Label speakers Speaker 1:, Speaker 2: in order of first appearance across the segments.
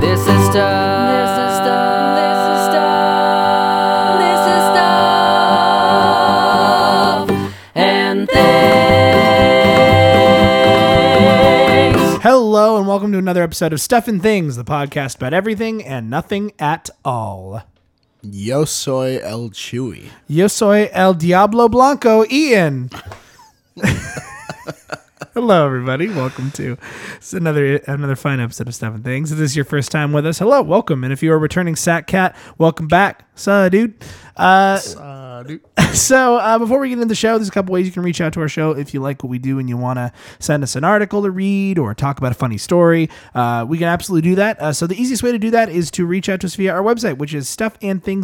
Speaker 1: This is stuff. This is stuff. This is stuff. This is stuff. And things.
Speaker 2: Hello, and welcome to another episode of Stuff and Things, the podcast about everything and nothing at all.
Speaker 3: Yo soy el Chewy.
Speaker 2: Yo soy El Diablo Blanco, Ian. Hello, everybody. Welcome to it's another another fine episode of Stuff and Things. If this is your first time with us, hello, welcome. And if you are a returning Sat Cat, welcome back. Suh, dude. Uh, so uh, before we get into the show there's a couple ways you can reach out to our show if you like what we do and you want to send us an article to read or talk about a funny story uh, we can absolutely do that uh, so the easiest way to do that is to reach out to us via our website which is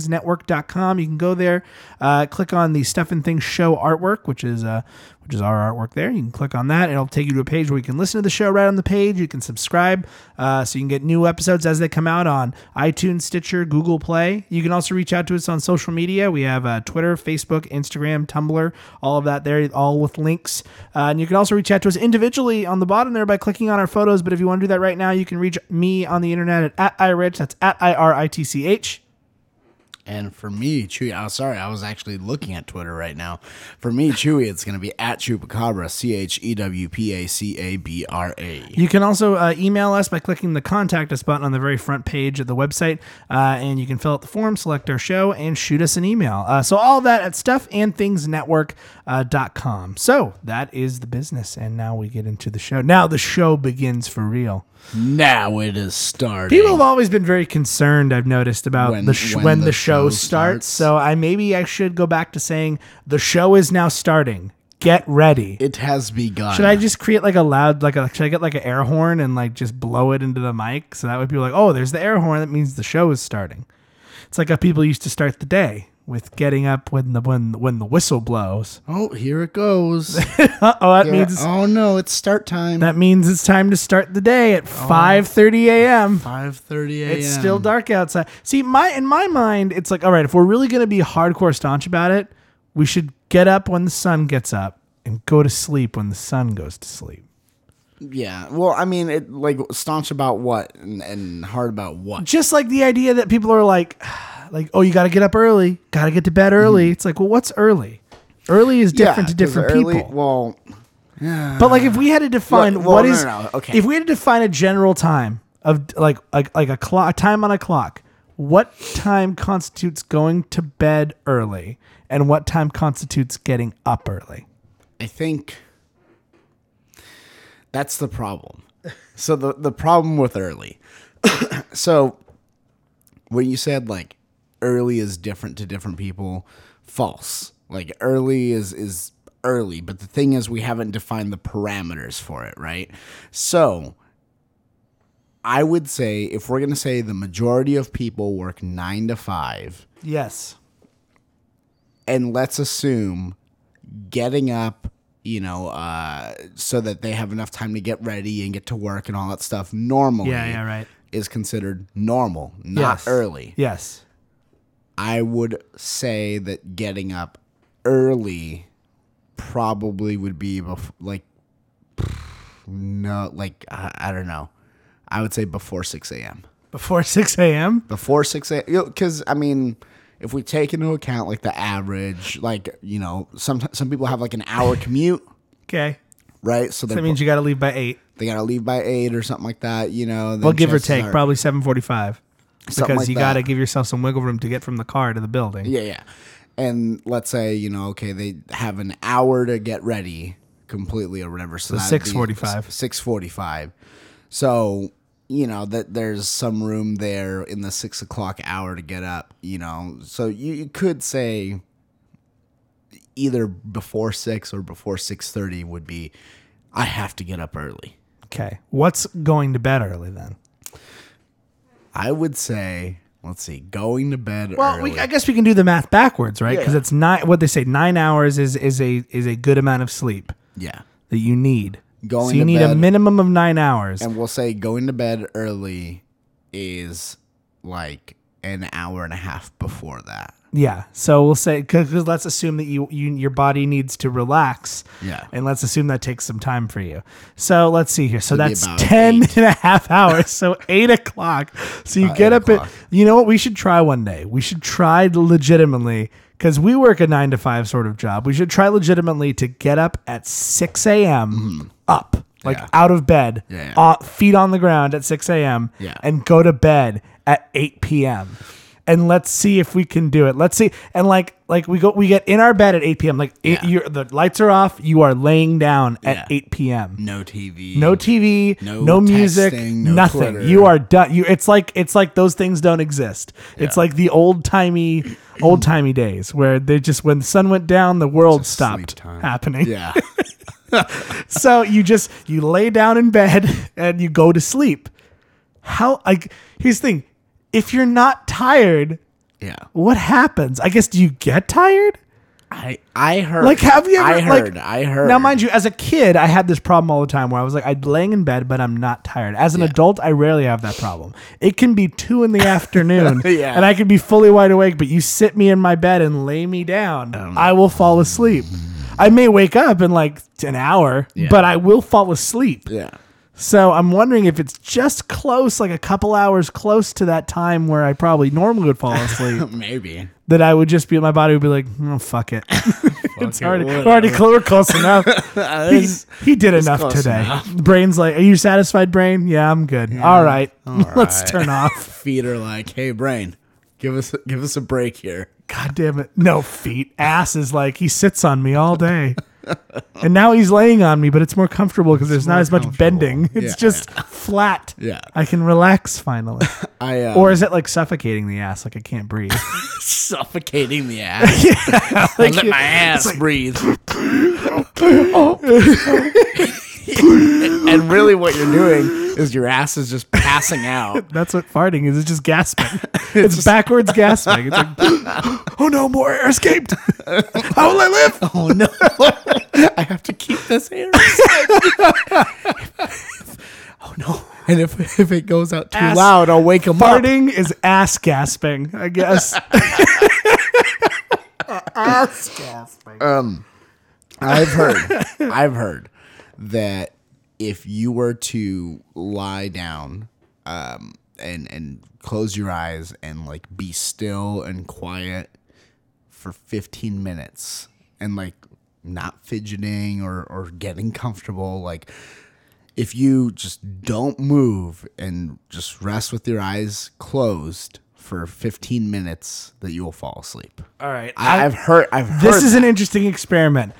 Speaker 2: stuffandthingsnetwork.com you can go there uh, click on the stuff and things show artwork which is uh, which is our artwork there you can click on that it'll take you to a page where you can listen to the show right on the page you can subscribe uh, so you can get new episodes as they come out on itunes stitcher google play you can also reach out to us on social media we have uh, twitter facebook instagram tumblr all of that there all with links uh, and you can also reach out to us individually on the bottom there by clicking on our photos but if you want to do that right now you can reach me on the internet at, at irich that's at i-r-i-t-c-h
Speaker 3: And for me, Chewy, I was sorry, I was actually looking at Twitter right now. For me, Chewy, it's gonna be at Chupacabra, C H E W P A C A B R A.
Speaker 2: You can also uh, email us by clicking the contact us button on the very front page of the website, uh, and you can fill out the form, select our show, and shoot us an email. Uh, so all that at stuffandthingsnetwork.com. so that is the business, and now we get into the show. Now the show begins for real.
Speaker 3: Now it is starting.
Speaker 2: People have always been very concerned. I've noticed about
Speaker 3: When-
Speaker 2: the sh- when, the, show, starts. So I maybe I should go back to saying the show is now starting. Get ready.
Speaker 3: it has begun.
Speaker 2: Should I just create like a loud like a should I get like an air horn and like just blow it into the mic so that would be like oh there's the air horn that means the show is starting. It's like how people used to start the day with getting up when the when when the whistle blows.
Speaker 3: Oh, here it goes.
Speaker 2: Oh, that means
Speaker 3: oh no, it's start time.
Speaker 2: that means it's time to start the day at 5:30 a.m.
Speaker 3: Five thirty a.m.
Speaker 2: It's still dark outside. See, my in my mind it's like all right, if we're really going to be hardcore staunch about it, we should get up when the sun gets up and go to sleep when the sun goes to sleep.
Speaker 3: Yeah. Well, I mean, it like staunch about what and, and hard about what.
Speaker 2: just like the idea that people are like like oh you got to get up early got to get to bed early it's like well what's early early is different
Speaker 3: Mm-hmm. Yeah,
Speaker 2: to different
Speaker 3: 'cause early-
Speaker 2: people
Speaker 3: Well,
Speaker 4: But like, if we had to define
Speaker 3: Well- well,
Speaker 4: what
Speaker 3: no,
Speaker 4: is,
Speaker 3: no, no, okay.
Speaker 2: If we had to define a general time of like like like a clock, time on a clock, what time constitutes going to bed early, and what time constitutes getting up early?
Speaker 3: I think that's the problem. So the the problem with early. so when you said like early is different to different people, false. Like early is is early, but the thing is we haven't defined the parameters for it, right? So I would say if we're going to say the majority of people work 9 to 5,
Speaker 2: Yes.
Speaker 3: and let's assume getting up you know uh, so that they have enough time to get ready and get to work and all that stuff normally
Speaker 2: Yeah, yeah, right.
Speaker 3: is considered normal not
Speaker 2: yes.
Speaker 3: early
Speaker 2: Yes.
Speaker 3: i would say that getting up early probably would be bef- like no like I, I don't know i would say before 6 a.m
Speaker 2: Before six a.m.
Speaker 3: before 6 a.m. Because, I mean, if we take into account like the average, like, you know, some, some people have like an hour commute,
Speaker 2: Okay.
Speaker 3: right? So
Speaker 2: That
Speaker 3: they're,
Speaker 2: means you got to leave by eight.
Speaker 3: they got to leave by eight or something like that, you know.
Speaker 2: Well,
Speaker 3: then
Speaker 2: give or
Speaker 3: chances
Speaker 2: take,
Speaker 3: are-
Speaker 2: probably seven forty-five,
Speaker 3: Something
Speaker 2: because
Speaker 3: like
Speaker 2: you got to
Speaker 3: that.
Speaker 2: give yourself some wiggle room to get from the car to the building.
Speaker 3: Yeah, yeah. And let's say, you know, okay, they have an hour to get ready completely or whatever. So, that'd be
Speaker 2: 6:45.
Speaker 3: 6.45. So, you know, that there's some room there in the six o'clock hour to get up, you know. So you, you could say either before six or before 6.30 would be, I have to get up early.
Speaker 2: Okay. What's going to bed early then?
Speaker 3: I would say, let's see, going to bed
Speaker 2: Well,
Speaker 3: early.
Speaker 2: we, I guess we can do the math backwards, right? Because
Speaker 3: Yeah.
Speaker 2: it's nine. What they say, nine hours is is a is a good amount of sleep
Speaker 3: yeah.
Speaker 2: that you need.
Speaker 3: Going
Speaker 2: so you
Speaker 3: to
Speaker 2: need a
Speaker 3: bed-
Speaker 2: minimum of nine hours.
Speaker 3: And we'll say going to bed early is like an hour and a half before that.
Speaker 2: yeah. So we'll say because let's assume that you, you your body needs to relax.
Speaker 3: Yeah.
Speaker 2: And let's assume that takes some time for you. So let's see here. So
Speaker 3: It'd be
Speaker 2: that's
Speaker 3: about
Speaker 2: 10 and a half hours. So eight o'clock. So you
Speaker 3: About
Speaker 2: get
Speaker 3: eight
Speaker 2: up
Speaker 3: o'clock.
Speaker 2: at, you know what? We should try one day. We should try legitimately because we work a nine to five sort of job. We should try legitimately to get up at 6 a.m. up, like
Speaker 3: Mm-hmm. Yeah.
Speaker 2: out of bed,
Speaker 3: Yeah, yeah.
Speaker 2: uh, feet on the ground at 6 a.m.
Speaker 3: Yeah.
Speaker 2: and go to bed at 8 p.m. And let's see if we can do it. Let's see. And like, like we go, we get in our bed at 8 p.m. Like it,
Speaker 3: Yeah.
Speaker 2: you're, the lights are off. You are laying down at
Speaker 3: Yeah.
Speaker 2: 8 p.m.
Speaker 3: No TV.
Speaker 2: No TV, no,
Speaker 3: No
Speaker 2: music,
Speaker 3: texting, no
Speaker 2: nothing.
Speaker 3: Twitter.
Speaker 2: You are done. You it's like it's like those things don't exist. It's like the old timey, old timey days where they just when the sun went down, the world
Speaker 3: sleep
Speaker 2: stopped
Speaker 3: time.
Speaker 2: happening.
Speaker 3: Yeah.
Speaker 2: So you just you lay down in bed and you go to sleep. How like here's the thing: if you're not tired,
Speaker 3: Yeah.
Speaker 2: what happens? I guess do you get tired?
Speaker 3: I I heard.
Speaker 2: Like, have you ever?
Speaker 3: I heard.
Speaker 2: Like,
Speaker 3: I heard.
Speaker 2: Now, mind you, as a kid, I had this problem all the time where I was like, I'd laying in bed, but I'm not tired. As an adult, I rarely have that problem. It can be two in the afternoon,
Speaker 3: Yeah.
Speaker 2: and I can be fully wide awake, but you sit me in my bed and lay me down,
Speaker 3: Oh
Speaker 2: I will fall asleep. I may wake up in like an hour, but I will fall asleep.
Speaker 3: Yeah.
Speaker 2: So I'm wondering if it's just close, like a couple hours close to that time where I probably normally would fall asleep
Speaker 3: Maybe.
Speaker 2: that I would just be my body would be like, "Mm, fuck it. it's already,
Speaker 3: whatever.
Speaker 2: we're already cl- we're close enough. he, he did enough
Speaker 3: close
Speaker 2: today. Brain's like, are you satisfied, brain? Yeah, I'm good. All right, let's
Speaker 3: right.
Speaker 2: turn off.
Speaker 3: Feet are like, hey, brain, give us give us a break here.
Speaker 2: God damn it. No feet. Ass is like he sits on me all day. And now he's laying on me, but it's more comfortable because there's not as much bending. It's
Speaker 3: Yeah.
Speaker 2: just flat.
Speaker 3: Yeah.
Speaker 2: I can relax finally.
Speaker 3: I uh,
Speaker 2: or is it like suffocating the ass? Like I can't breathe.
Speaker 3: suffocating the ass. yeah. let my ass breathe. and really, what you're doing is your ass is just passing out.
Speaker 2: That's what farting is. It's just gasping. It's, backwards gasping. It's like, oh no, more air escaped. How will I live?
Speaker 3: Oh no! I have to keep this here. oh no! And if if it goes out too
Speaker 2: Ass
Speaker 3: loud, I'll wake him up.
Speaker 2: Farting is ass gasping, I guess.
Speaker 3: I've heard, I've heard that if you were to lie down, um, and and close your eyes and like be still and quiet for 15 minutes and like not fidgeting or or getting comfortable like if you just don't move and just rest with your eyes closed for 15 minutes that you will fall asleep.
Speaker 2: All right.
Speaker 3: I, I've heard I've heard
Speaker 2: this is an interesting experiment.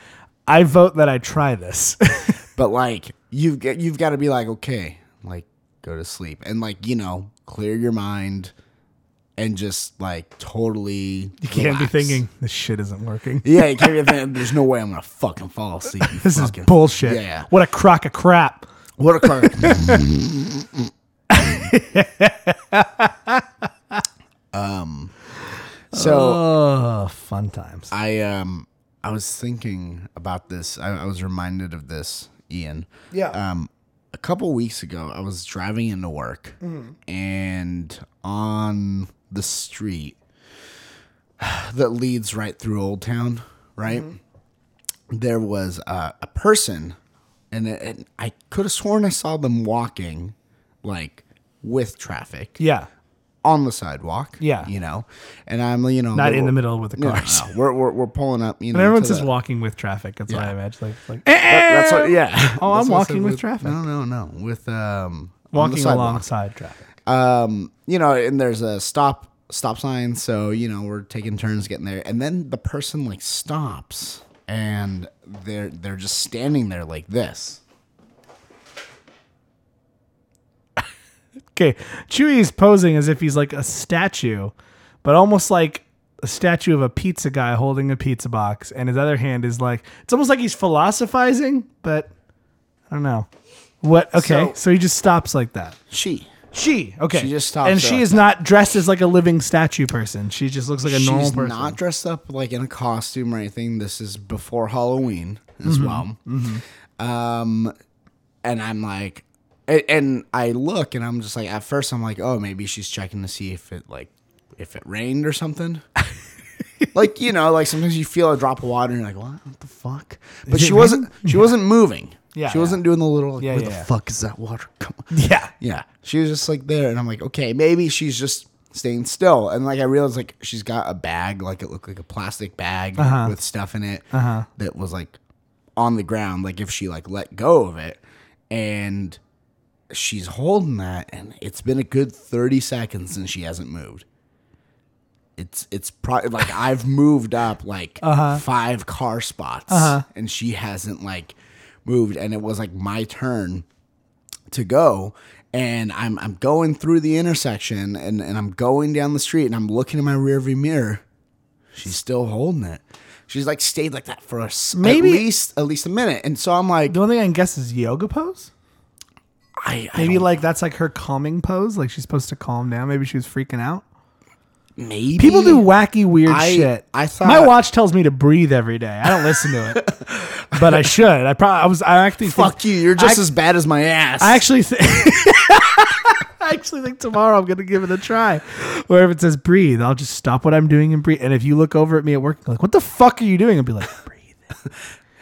Speaker 2: I vote that I try this.
Speaker 3: But like you've got, you've got to be like okay, like go to sleep and like you know clear your mind and just like totally. You
Speaker 2: Can't be thinking this shit isn't working.
Speaker 3: Yeah, you can't be thinking. There's no way I'm gonna fucking fall asleep. you
Speaker 2: This is
Speaker 3: fucking-
Speaker 2: bullshit.
Speaker 3: Yeah, yeah.
Speaker 2: What a crock of crap.
Speaker 3: What a clerk. um, Um, so
Speaker 2: Oh, fun times.
Speaker 3: I um I was thinking about this. I, I was reminded of this, Ian.
Speaker 2: Yeah.
Speaker 3: Um, a couple weeks ago, I was driving into work,
Speaker 2: Mm-hmm.
Speaker 3: and on the street that leads right through Old Town, right
Speaker 2: Mm-hmm.
Speaker 3: there was uh, a person, and, and I could have sworn I saw them walking, like with traffic
Speaker 2: Yeah.
Speaker 3: on the sidewalk.
Speaker 2: Yeah.
Speaker 3: You know, and I'm, you know,
Speaker 2: Not in
Speaker 3: we're-
Speaker 2: the middle with the
Speaker 3: No,
Speaker 2: cars.
Speaker 3: no, we're, we're, we're pulling up, you know,
Speaker 2: But everyone
Speaker 3: to
Speaker 2: says
Speaker 3: the-
Speaker 2: walking with traffic. That's what
Speaker 3: Yeah.
Speaker 2: I imagine. Like, like eh, eh,
Speaker 3: That's what, yeah.
Speaker 2: Oh,
Speaker 3: That's
Speaker 2: I'm
Speaker 3: what I
Speaker 2: walking
Speaker 3: said
Speaker 2: with traffic.
Speaker 3: No, no, no. With, um, on the
Speaker 2: walking
Speaker 3: sidewalk.
Speaker 2: alongside traffic.
Speaker 3: Um, you know, and there's a stop, stop sign. So, you know, we're taking turns getting there. And then the person like stops and they're, they're just standing there like this.
Speaker 2: Okay. Chewie is posing as if he's like a statue, but almost like a statue of a pizza guy holding a pizza box, and his other hand is like it's almost like he's philosophizing, but I don't know. What okay.
Speaker 3: So-
Speaker 2: So, he just stops like that.
Speaker 3: She,
Speaker 2: She okay.
Speaker 3: She just stops
Speaker 2: And
Speaker 3: like
Speaker 2: she is not dressed as like a living statue person. She just looks like a
Speaker 3: she's
Speaker 2: normal person.
Speaker 3: not dressed up like in a costume or anything. This is before Halloween
Speaker 2: Mm-hmm.
Speaker 3: as well. Um, and I'm like, and, and I look and I'm just like, at first I'm like, oh, maybe she's checking to see if it like, if it rained or something. like you know, like sometimes you feel a drop of water and you're like, what, what the fuck? But
Speaker 2: it
Speaker 3: she wasn't. She wasn't moving.
Speaker 2: Yeah,
Speaker 3: she wasn't doing the little. Like,
Speaker 2: Yeah,
Speaker 3: Where
Speaker 2: yeah,
Speaker 3: the
Speaker 2: yeah.
Speaker 3: fuck is that water coming?
Speaker 2: Yeah.
Speaker 3: Yeah. She was just like there. And I'm like, okay, maybe she's just staying still. And like, I realized like she's got a bag, like it looked like a plastic bag with stuff in it that was like on the ground. Like if she like let go of it and she's holding that and it's been a good 30 seconds since she hasn't moved. It's it's probably like I've moved up like
Speaker 2: Uh-huh.
Speaker 3: five car spots and she hasn't like moved and it was like my turn to go and I'm I'm going through the intersection and, and I'm going down the street and I'm looking in my rearview mirror. She's still holding it. She's like stayed like that for a s-
Speaker 2: Maybe-
Speaker 3: at least at least a minute. And so I'm like
Speaker 2: The only thing I can guess is yoga pose.
Speaker 3: I, I
Speaker 2: Maybe
Speaker 3: don't-
Speaker 2: like that's like her calming pose. Like she's supposed to calm down. Maybe she was freaking out.
Speaker 3: maybe
Speaker 2: People do wacky, weird
Speaker 3: I-
Speaker 2: shit.
Speaker 3: I thought-
Speaker 2: my watch tells me to breathe every day. I don't listen to it, but I should. I probably I was. I actually
Speaker 3: fuck you. You're just
Speaker 2: I-
Speaker 3: as bad as my ass.
Speaker 2: I actually. Th- I actually think tomorrow I'm gonna give it a try. Where if it says breathe, I'll just stop what I'm doing and breathe. And if you look over at me at work, like, what the fuck are you doing? I'll be like, breathe.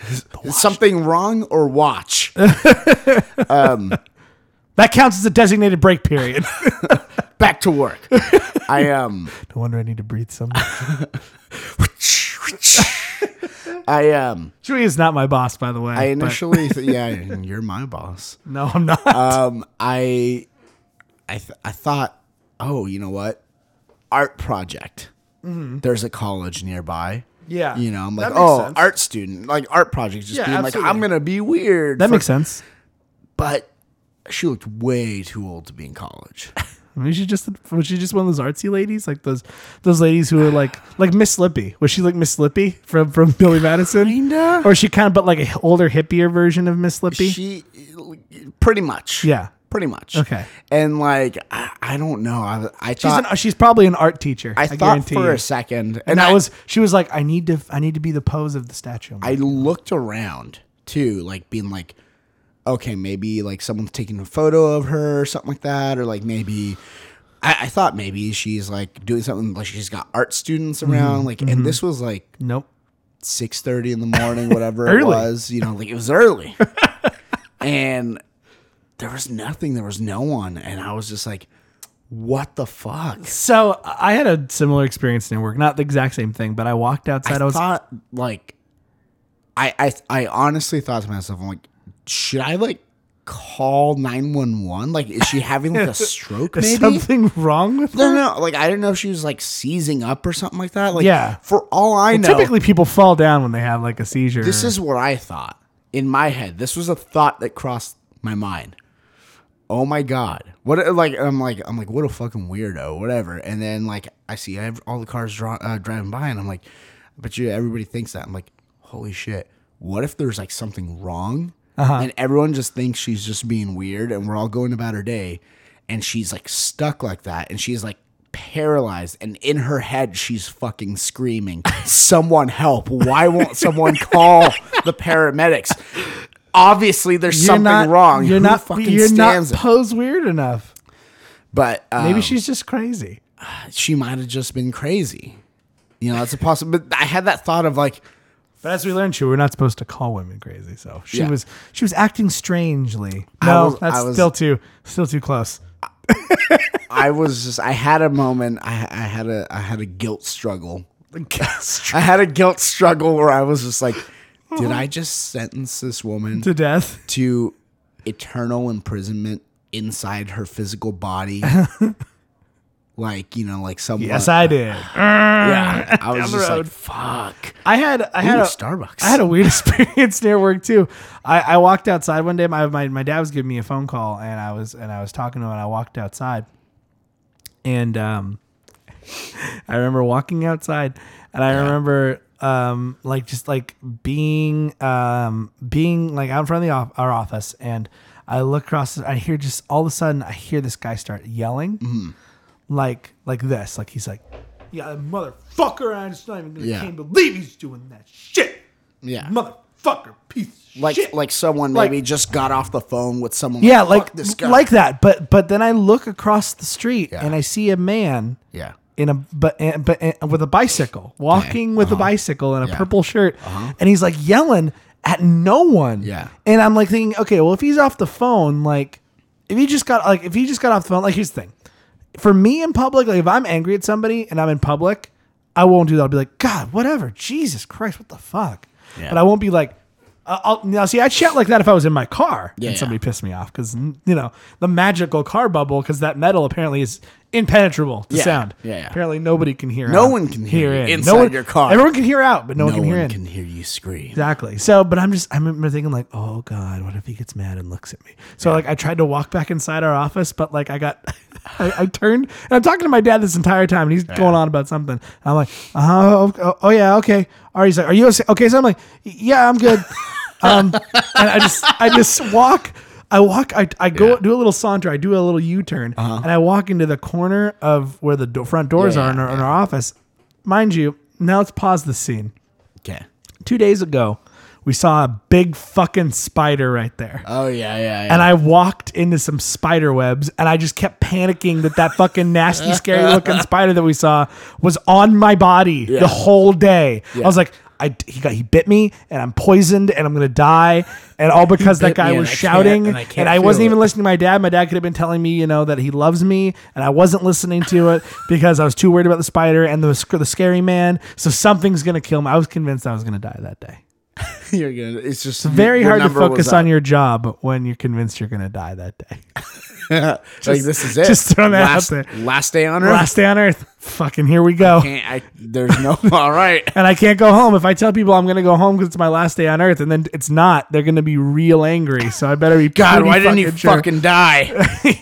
Speaker 3: Is something wrong or watch.
Speaker 2: That counts as a designated break period.
Speaker 3: Back to work. I um
Speaker 2: no wonder I need to breathe so much.
Speaker 3: I um
Speaker 2: Chewie is not my boss, by the way.
Speaker 3: I
Speaker 2: but-
Speaker 3: initially th- yeah, you're my boss.
Speaker 2: no, I'm not.
Speaker 3: um, I, I, th- I thought, oh, you know what, art project. There's a college nearby.
Speaker 2: Mm-hmm. Yeah.
Speaker 3: you know, I'm like,
Speaker 2: That makes
Speaker 3: oh,
Speaker 2: sense.
Speaker 3: art student, like art project, just
Speaker 2: Yeah,
Speaker 3: being
Speaker 2: absolutely.
Speaker 3: like, I'm gonna be weird.
Speaker 2: that
Speaker 3: for-
Speaker 2: makes sense.
Speaker 3: But she looked way too old to be in college.
Speaker 2: I mean, she just was she just one of those artsy ladies, like those those ladies who are like like Miss Slippy. Was she like Miss Slippy from from Billy Madison?
Speaker 3: Kinda.
Speaker 2: Or is she kind of but like an older hippier version of Miss Slippy?
Speaker 3: she, pretty much.
Speaker 2: yeah,
Speaker 3: pretty much.
Speaker 2: Okay.
Speaker 3: And like, I, I don't know. I, I
Speaker 2: she's
Speaker 3: thought.
Speaker 2: an, she's probably an art teacher.
Speaker 3: I,
Speaker 2: I,
Speaker 3: thought
Speaker 2: guarantee
Speaker 3: for
Speaker 2: you.
Speaker 3: a second,
Speaker 2: and
Speaker 3: I
Speaker 2: that was she was like, I need to I need to be the pose of the statue.
Speaker 3: I looked around too, like being like, okay, maybe like someone's taking a photo of her or something like that, or like maybe I, I thought maybe she's like doing something like she's got art students
Speaker 2: Mm-hmm.
Speaker 3: around, like, and this was like
Speaker 2: nope.
Speaker 3: six thirty in the morning, whatever
Speaker 2: Early.
Speaker 3: it was, you know, like it was early, and there was nothing, there was no one, and I was just like, what the fuck?
Speaker 2: So I had a similar experience in work, not the exact same thing, but I walked outside. I,
Speaker 3: I
Speaker 2: was
Speaker 3: thought like I, I I honestly thought to myself, I'm like, should I like call nine one one? Like, is she having like a stroke?
Speaker 2: Is
Speaker 3: Maybe
Speaker 2: something wrong with
Speaker 3: No, no, no. Like, I didn't know if she was like seizing up or something like that. Like,
Speaker 2: Yeah.
Speaker 3: For all I know,
Speaker 2: Typically, people fall down when they have like a seizure.
Speaker 3: this is what I thought in my head. This was a thought that crossed my mind. Oh my god! What a- like I'm like I'm like what a fucking weirdo, whatever. And then like I see ev- all the cars draw, uh, driving by, and I'm like, but you everybody thinks that. I'm like, holy shit! What if there's like something wrong,
Speaker 2: Uh-huh.
Speaker 3: and everyone just thinks she's just being weird, and we're all going about her day, and she's like stuck like that, and she's like paralyzed and in her head she's fucking screaming someone help why won't someone call the paramedics obviously there's
Speaker 2: You're
Speaker 3: something
Speaker 2: not-
Speaker 3: wrong
Speaker 2: You're
Speaker 3: Who
Speaker 2: not.
Speaker 3: fucking
Speaker 2: You're not
Speaker 3: stands it?
Speaker 2: pose weird enough.
Speaker 3: but um,
Speaker 2: Maybe
Speaker 3: maybe she
Speaker 2: she's just crazy.
Speaker 3: she might have just been crazy you know that's a possible but i had that thought of like
Speaker 2: But as we learned, she we're not supposed to call women crazy. So she
Speaker 3: Yeah.
Speaker 2: was she was acting strangely.
Speaker 3: I
Speaker 2: No,
Speaker 3: was- I
Speaker 2: that's
Speaker 3: was-
Speaker 2: still too still too close.
Speaker 3: i was just i had a moment i, I had a i had a guilt struggle i had a guilt struggle where i was just like did i just sentence this woman
Speaker 2: to death.
Speaker 3: to eternal imprisonment inside her physical body. like, you know, like someone.
Speaker 2: Yes, I did.
Speaker 3: yeah, I was just like, fuck.
Speaker 2: I had I had
Speaker 3: Ooh,
Speaker 2: a,
Speaker 3: Starbucks.
Speaker 2: I had a weird experience near work too. I, I walked outside one day. My, my my dad was giving me a phone call, and I was and I was talking to him. and I walked outside, and um, I remember walking outside, and I remember um like just like being um being like out in front of the off- our office, and I look across. I hear just all of a sudden I hear this guy start yelling like like this. Like he's like, yeah, motherfucker. I'm just not even gonna
Speaker 3: Yeah.
Speaker 2: can't believe he's doing that shit.
Speaker 3: Yeah.
Speaker 2: Motherfucker, piece of
Speaker 3: Like,
Speaker 2: shit.
Speaker 3: like someone
Speaker 2: Like-
Speaker 3: maybe just got off the phone with someone.
Speaker 2: yeah,
Speaker 3: "Fuck
Speaker 2: like
Speaker 3: this guy.
Speaker 2: like that. But but then I look across the street
Speaker 3: Yeah.
Speaker 2: and I see a man
Speaker 3: Yeah.
Speaker 2: in a but and- but and- with a bicycle walking with a bicycle in a
Speaker 3: Uh-huh. Yeah. Uh-huh.
Speaker 2: purple shirt, and he's like yelling at no one.
Speaker 3: Yeah.
Speaker 2: and I'm like thinking, okay, well if he's off the phone, like if he just got like if he just got off the phone, like here's the thing, for me in public, like if I'm angry at somebody and I'm in public, I won't do that. I'll be like, God, whatever, Jesus Christ, what the fuck,
Speaker 3: Yeah.
Speaker 2: but I won't be like. Uh, I'll, now, see, I'd shout like that if I was in my car
Speaker 3: Yeah,
Speaker 2: and
Speaker 3: yeah.
Speaker 2: somebody pissed me off because you know the magical car bubble because that metal apparently is impenetrable to
Speaker 3: Yeah,
Speaker 2: sound.
Speaker 3: yeah, yeah.
Speaker 2: Apparently nobody can hear.
Speaker 3: No
Speaker 2: out-
Speaker 3: one can hear
Speaker 2: in.
Speaker 3: inside
Speaker 2: no one,
Speaker 3: your car.
Speaker 2: Everyone can hear out, but no,
Speaker 3: No
Speaker 2: one can hear in.
Speaker 3: can hear you scream.
Speaker 2: Exactly. So, but I'm just I remember thinking like, oh god, what if he gets mad and looks at me? So like I tried to walk back inside our office, but like I got. I, I turned and I'm talking to my dad this entire time, and he's going on about something. And I'm like, oh, oh, oh yeah, okay. Or he's like, are you okay? So I'm like, yeah, I'm good. um, and I just I just walk. I walk. I, I go
Speaker 3: Yeah. Uh-huh.
Speaker 2: do a little saunter. I do a little U turn, and I walk into the corner of where the do- front doors
Speaker 3: Yeah,
Speaker 2: are in,
Speaker 3: yeah,
Speaker 2: our, in our office. Mind you, now let's pause the scene
Speaker 3: Okay.
Speaker 2: two days ago, we saw a big fucking spider right there.
Speaker 3: Oh, yeah, yeah, yeah.
Speaker 2: and I walked into some spider webs, and I just kept panicking that that fucking nasty, scary looking spider that we saw was on my body the whole day. I was like, I he got he bit me, and I'm poisoned, and I'm gonna die, and all because that
Speaker 3: bit
Speaker 2: guy
Speaker 3: me, and
Speaker 2: was
Speaker 3: I can't-
Speaker 2: shouting,
Speaker 3: and I
Speaker 2: and
Speaker 3: can't
Speaker 2: I wasn't
Speaker 3: feel
Speaker 2: even
Speaker 3: it.
Speaker 2: listening to my dad. My dad could have been telling me, you know, that he loves me, and I wasn't listening to it because I was too worried about the spider and the sc- the scary man. So something's gonna kill me. I was convinced I was gonna die that day
Speaker 3: You're gonna, it's just
Speaker 2: very
Speaker 3: your
Speaker 2: hard to
Speaker 3: number was
Speaker 2: focus
Speaker 3: up.
Speaker 2: on your job when you're convinced you're going to die that day.
Speaker 3: like, this is it.
Speaker 2: just throwing that out
Speaker 3: last,
Speaker 2: there.
Speaker 3: Last day on earth.
Speaker 2: Last day on earth. Fucking here we go.
Speaker 3: Can't- I, there's no. all right.
Speaker 2: And I can't go home. If I tell people I'm going to go home because it's my last day on earth and then it's not, they're going to be real angry. So I better be.
Speaker 3: God,
Speaker 2: pretty
Speaker 3: why didn't you
Speaker 2: sure.
Speaker 3: fucking die?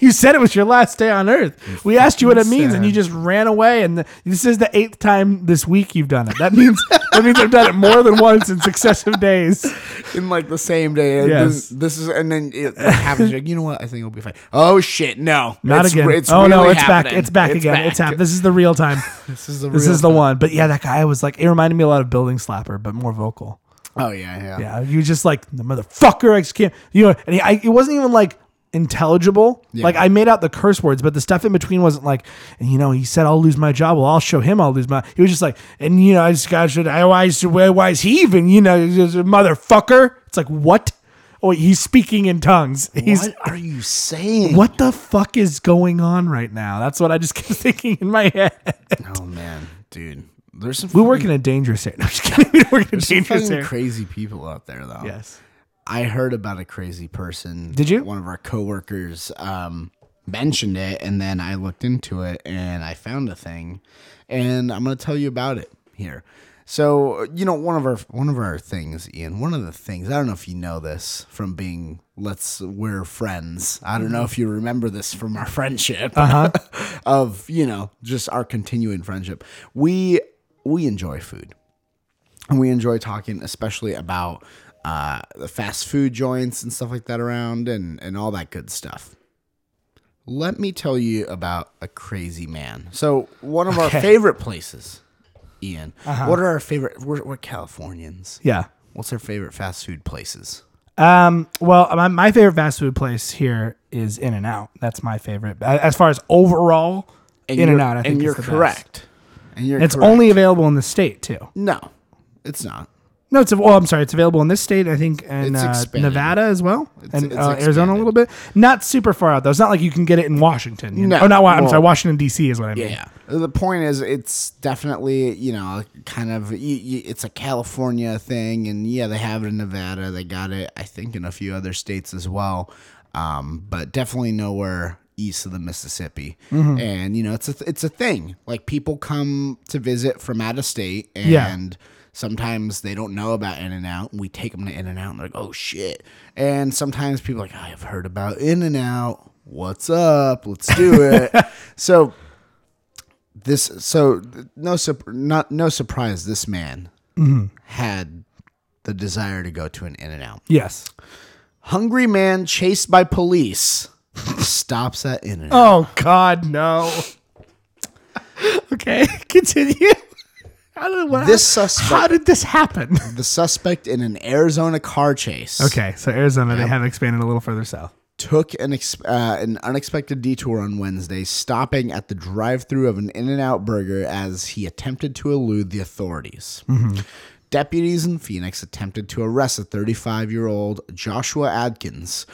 Speaker 2: you said it was your last day on earth. We asked you what it means and you just ran away. And the, this is the eighth time this week you've done it. That means that means I've done it more than once in successive days.
Speaker 3: in like the same day.
Speaker 2: Yes.
Speaker 3: This, this is, and then it happens. You're like, you know what? I think it'll be fine. Oh shit, no,
Speaker 2: Not
Speaker 3: It's-
Speaker 2: again.
Speaker 3: It's
Speaker 2: oh no,
Speaker 3: really
Speaker 2: it's
Speaker 3: happening.
Speaker 2: back. It's back again.
Speaker 3: back.
Speaker 2: It's happening. This is the real time.
Speaker 3: This is the.
Speaker 2: This
Speaker 3: real
Speaker 2: is the
Speaker 3: time.
Speaker 2: one. But yeah, that guy was like, it reminded me a lot of Building Slapper, but more vocal.
Speaker 3: Oh yeah, yeah.
Speaker 2: Yeah, you just like the motherfucker. I just can't. You know, and he, I, it wasn't even like intelligible.
Speaker 3: Yeah.
Speaker 2: Like I made out the curse words, but the stuff in between wasn't like. And you know, he said, "I'll lose my job." Well, I'll show him. I'll lose my. He was just like, and you know, I just got should. I why is why why is he even? You know, he's just a motherfucker. It's like what? Oh, he's speaking in tongues. He's
Speaker 3: What are you saying?
Speaker 2: what the fuck is going on right now? That's what I just kept thinking in my head.
Speaker 3: Oh man, dude. There's some
Speaker 2: We work in a dangerous area. No, I'm just kidding. We don't work in a
Speaker 3: fucking, some
Speaker 2: dangerous
Speaker 3: fucking
Speaker 2: area.
Speaker 3: crazy people out there though.
Speaker 2: yes.
Speaker 3: I heard about a crazy person.
Speaker 2: Did you?
Speaker 3: One of our coworkers um, mentioned it, and then I looked into it and I found a thing, and I'm gonna tell you about it here. So you know, one of our one of our things, Ian. One of the things I don't know if you know this from being let's we're friends. I don't know if you remember this from our friendship,
Speaker 2: Uh-huh.
Speaker 3: of you know just our continuing friendship. We we enjoy food and we enjoy talking especially about uh, the fast food joints and stuff like that around and, and all that good stuff let me tell you about a crazy man so one of our favorite places ian
Speaker 2: Uh-huh.
Speaker 3: what are our favorite we're, we're californians
Speaker 2: Yeah.
Speaker 3: what's our favorite fast food places
Speaker 2: Um, well, my, my favorite fast food place here is In and Out. That's my favorite. A- As far as overall, In and
Speaker 3: you're-
Speaker 2: Out, I think
Speaker 3: and
Speaker 2: is
Speaker 3: you're
Speaker 2: the best.
Speaker 3: correct and you're
Speaker 2: It's
Speaker 3: correct.
Speaker 2: only available in the state too.
Speaker 3: no it's not
Speaker 2: No, it's oh, I'm sorry, it's available in this state, I think, and
Speaker 3: It's
Speaker 2: uh,
Speaker 3: expanded.
Speaker 2: Nevada as well, and
Speaker 3: it's
Speaker 2: uh, Arizona a little bit. Not super far out though. It's not like you can get it in Washington. you know?
Speaker 3: No,
Speaker 2: oh, not Wa- I'm
Speaker 3: well-
Speaker 2: sorry, Washington D.C. is what I mean.
Speaker 3: Yeah. The point is, it's definitely you know kind of you, you, it's a California thing, and yeah, they have it in Nevada. They got it, I think, in a few other states as well, um, but definitely nowhere east of the Mississippi.
Speaker 2: Mm-hmm.
Speaker 3: And you know, it's a th- it's a thing. Like people come to visit from out of state, and
Speaker 2: Yeah.
Speaker 3: sometimes they don't know about In and Out, and we take them to In and Out, and they're like, "Oh shit!" And sometimes people are like, "I have heard about In and Out. What's up? Let's do it." so this so th- no sup- not no surprise this man
Speaker 2: Mm-hmm.
Speaker 3: had the desire to go to an in and out
Speaker 2: Yes.
Speaker 3: hungry man chased by police stops at in and out
Speaker 2: Oh God, no. okay, continue. I don't know what
Speaker 3: this
Speaker 2: How
Speaker 3: suspect
Speaker 2: did this happen?
Speaker 3: the suspect in an arizona car chase
Speaker 2: Okay, so Arizona, they have expanded a little further south.
Speaker 3: took an ex- uh, an unexpected detour on Wednesday, stopping at the drive-through of an In-N-Out Burger as he attempted to elude the authorities. Deputies in Phoenix attempted to arrest a 35-year-old Joshua Adkins,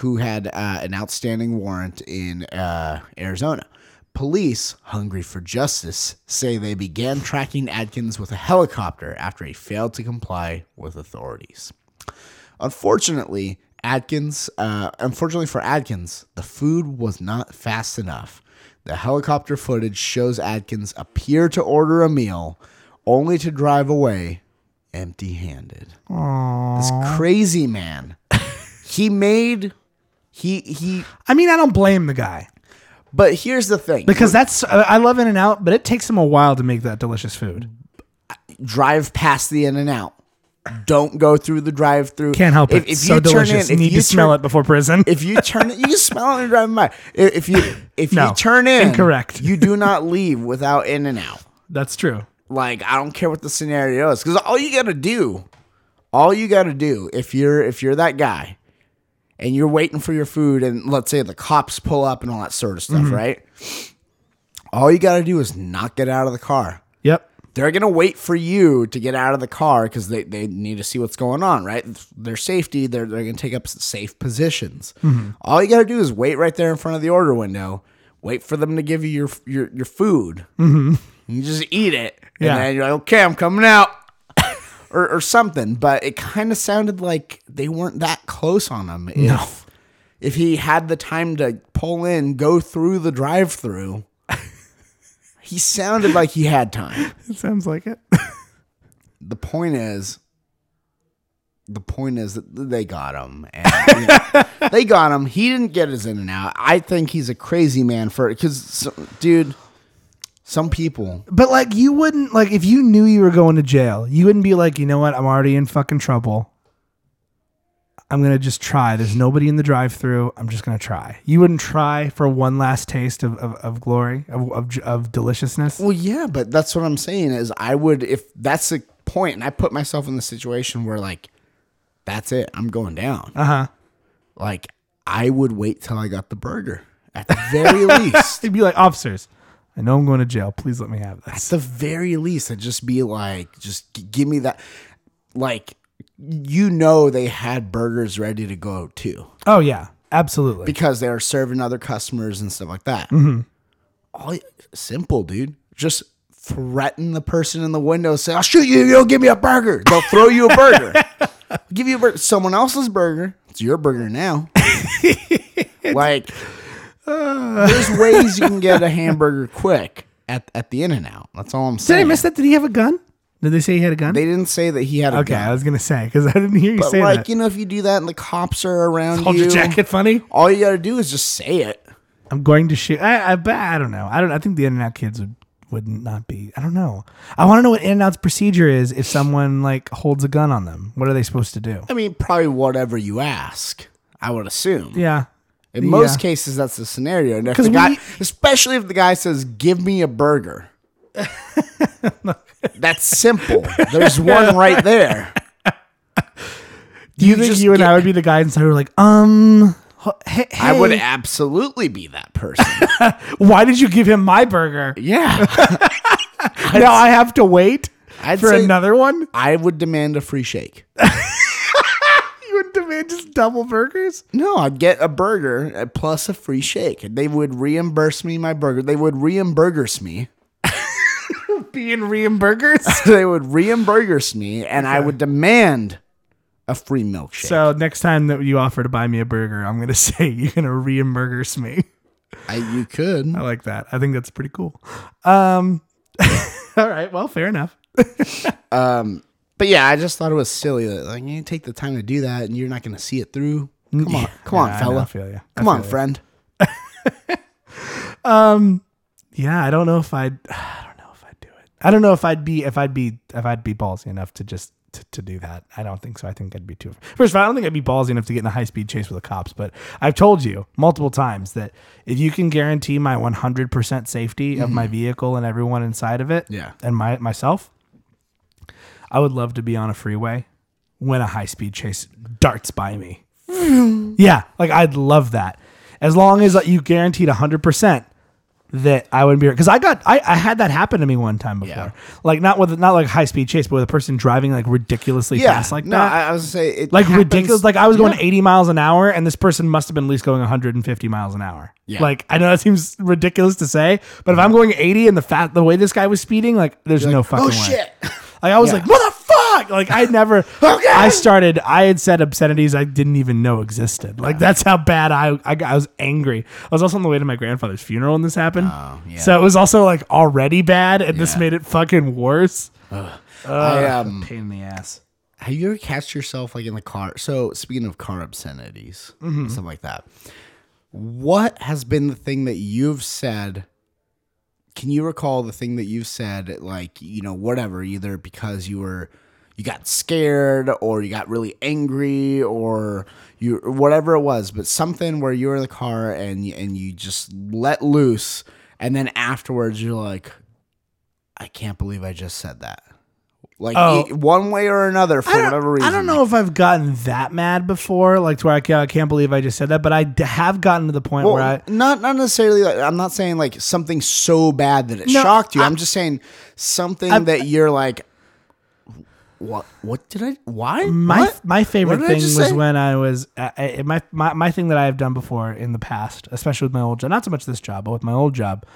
Speaker 3: who had uh, an outstanding warrant in uh, Arizona. Police, hungry for justice, say they began tracking Adkins with a helicopter after he failed to comply with authorities. Unfortunately, Adkins, uh, unfortunately for Adkins, the food was not fast enough. The helicopter footage shows Adkins appear to order a meal, only to drive away empty handed. This crazy man. he made, he, he,
Speaker 2: I mean, I don't blame the guy
Speaker 3: but here's the thing
Speaker 2: because that's uh, I love In and Out, but it takes him a while to make that delicious food.
Speaker 3: drive past the In and Out. Don't go through the drive through.
Speaker 2: Can't help it. It's so delicious. need to smell it before prison.
Speaker 3: If you turn it, you can smell it and drive by. I- If you if
Speaker 2: No.
Speaker 3: you turn in,
Speaker 2: Incorrect.
Speaker 3: You do not leave without in and out.
Speaker 2: that's true.
Speaker 3: Like I don't care what the scenario is, because all you gotta do, all you gotta do, if you're if you're that guy, and you're waiting for your food, and let's say the cops pull up and all that sort of stuff,
Speaker 2: Mm-hmm.
Speaker 3: right? All you gotta do is not get out of the car
Speaker 2: Yep.
Speaker 3: they're gonna wait for you to get out of the car because they, they need to see what's going on, right? Their safety, they're they're gonna take up s- safe positions.
Speaker 2: Mm-hmm.
Speaker 3: All you gotta do is wait right there in front of the order window, wait for them to give you your your, your food. You just eat it,
Speaker 2: Mm-hmm. Yeah.
Speaker 3: and then you're like, okay, I'm coming out. Or, or something, but it kind of sounded like they weren't that close on him. If,
Speaker 2: No.
Speaker 3: if he had the time to pull in, go through the drive-through, he sounded like he had time
Speaker 2: It sounds like it.
Speaker 3: the point is the point is that they got him and you know, they got him he didn't get his in and out i think he's a crazy man for it because dude some people
Speaker 2: But like, you wouldn't like if you knew you were going to jail, you wouldn't be like, you know what, I'm already in fucking trouble. I'm gonna just try. There's nobody in the drive-through. I'm just gonna try. You wouldn't try for one last taste of of, of glory of, of of deliciousness.
Speaker 3: well yeah but that's what i'm saying is i would if that's the point and i put myself in the situation where like that's it i'm going down
Speaker 2: Uh huh.
Speaker 3: like i would wait till i got the burger at the very least
Speaker 2: They'd be like, officers, I know I'm going to jail. Please let me have
Speaker 3: at
Speaker 2: this.
Speaker 3: the very least, I'd just be like, just g- give me that. Like, you know, they had burgers ready to go too
Speaker 2: Oh yeah, absolutely.
Speaker 3: because they were serving other customers and stuff like that. All simple, dude. Just threaten the person in the window, say, I'll shoot you if you don't give me a burger. They'll throw you a burger. give you a burger. Someone else's burger. It's your burger now. like, there's ways you can get a hamburger quick at, at the In and Out. That's all I'm
Speaker 2: Did
Speaker 3: saying.
Speaker 2: I miss that? Did he have a gun? Did they say he had a gun?
Speaker 3: They didn't say that he had a
Speaker 2: okay,
Speaker 3: gun.
Speaker 2: I was gonna say because I didn't hear you
Speaker 3: But
Speaker 2: say
Speaker 3: like
Speaker 2: that.
Speaker 3: you know, if you do that and the cops are around
Speaker 2: Hold
Speaker 3: you,
Speaker 2: your jacket, funny.
Speaker 3: all you gotta do is just say it.
Speaker 2: I'm going to shoot. I, I, but I don't know. I don't. I think the In and Out kids would would not be. I don't know. I want to know what In and Out's procedure is if someone like holds a gun on them. What are they supposed to do?
Speaker 3: I mean, probably whatever you ask. I would assume.
Speaker 2: Yeah.
Speaker 3: In most
Speaker 2: Yeah.
Speaker 3: cases, that's the scenario. And if
Speaker 2: 'Cause
Speaker 3: the guy,
Speaker 2: we-
Speaker 3: especially if the guy says, "Give me a burger," that's simple. There's one right there.
Speaker 2: Do you,
Speaker 3: you
Speaker 2: think
Speaker 3: just
Speaker 2: you and
Speaker 3: get-
Speaker 2: I would be the guys inside who are like, um, h- hey,
Speaker 3: I would
Speaker 2: hey,
Speaker 3: absolutely be that person.
Speaker 2: why did you give him my burger?
Speaker 3: yeah,
Speaker 2: now I have to wait
Speaker 3: I'd
Speaker 2: for
Speaker 3: say-
Speaker 2: another one.
Speaker 3: I would demand a free shake.
Speaker 2: You would demand just double burgers.
Speaker 3: No, I'd get a burger uh, plus a free shake. They would reimburse me my burger. They would reimburse me.
Speaker 2: Being reimburgers.
Speaker 3: they would reimburse me, and I would demand a free milkshake.
Speaker 2: so next time that you offer to buy me a burger, I'm gonna say you're gonna reimburgers me.
Speaker 3: I, you could.
Speaker 2: I like that. I think that's pretty cool. Um, all right. Well, fair enough.
Speaker 3: But yeah, I just thought it was silly that like you take the time to do that and you're not going to see it through. Come on, come on,
Speaker 2: Mm, I know, I
Speaker 3: fella.
Speaker 2: feel ya. I
Speaker 3: Come
Speaker 2: feel
Speaker 3: on,
Speaker 2: ya.
Speaker 3: friend.
Speaker 2: Yeah, I don't know if I'd. I don't know if I'd do it. I don't know if I'd be if I'd be if I'd be ballsy enough to just to, to do that. I don't think so. I think I'd be too. First of all, I don't think I'd be ballsy enough to get in a high speed chase with the cops. But I've told you multiple times that if you can guarantee my 100 percent safety of my vehicle and everyone inside of it,
Speaker 3: Mm-hmm. Yeah.
Speaker 2: and my myself, I would love to be on a freeway when a high speed chase darts by me. yeah, like I'd love that. As long as like, you guaranteed 100% that I wouldn't be because I got I, I had that happen to me one time before.
Speaker 3: Yeah.
Speaker 2: Like not with not like high speed chase, but with a person driving like ridiculously
Speaker 3: Yeah,
Speaker 2: fast like
Speaker 3: no,
Speaker 2: that.
Speaker 3: I, I was gonna say it
Speaker 2: like
Speaker 3: happens-
Speaker 2: ridiculous. Like I was going
Speaker 3: Yeah.
Speaker 2: 80 miles an hour, and this person must have been at least going 150 miles an hour.
Speaker 3: Yeah.
Speaker 2: Like I know that seems ridiculous to say, but if I'm going 80 and the fat the way this guy was speeding, like there's no fucking
Speaker 3: oh
Speaker 2: way.
Speaker 3: shit.
Speaker 2: Like I was
Speaker 3: Yeah.
Speaker 2: like, what the fuck? Like I never.
Speaker 3: Okay.
Speaker 2: I started. I had said obscenities I didn't even know existed. Like that's how bad I, I got- I was angry. I was also on the way to my grandfather's funeral when this happened.
Speaker 3: Oh, yeah.
Speaker 2: So it was also like already bad, and this made it fucking worse.
Speaker 3: I, um,
Speaker 2: Pain in the ass.
Speaker 3: have you ever catch yourself like in the car? So speaking of car obscenities, and stuff like that. What has been the thing that you've said? Can you recall the thing that you've said, like you know, whatever, either because you were you got scared or you got really angry or you whatever it was, but something where you were in the car and you- and you just let loose, and then afterwards you're like, I can't believe I just said that. Like
Speaker 2: Oh.
Speaker 3: e- one way or another, for
Speaker 2: I don't-
Speaker 3: whatever reason.
Speaker 2: I don't know if I've gotten that mad before, like to where I can't, I can't believe I just said that, but I d- have gotten to the point
Speaker 3: Well,
Speaker 2: where I.
Speaker 3: not not necessarily. Like, I'm not saying like something so bad that it
Speaker 2: No,
Speaker 3: shocked you.
Speaker 2: I-
Speaker 3: I, am just saying something that you're like, what? What did I? Why?
Speaker 2: My
Speaker 3: what?
Speaker 2: my favorite
Speaker 3: did I
Speaker 2: thing was
Speaker 3: just say?
Speaker 2: when I was uh, I, my, my my thing that I have done before in the past, especially with my old job. Not so much this job, but with my old job,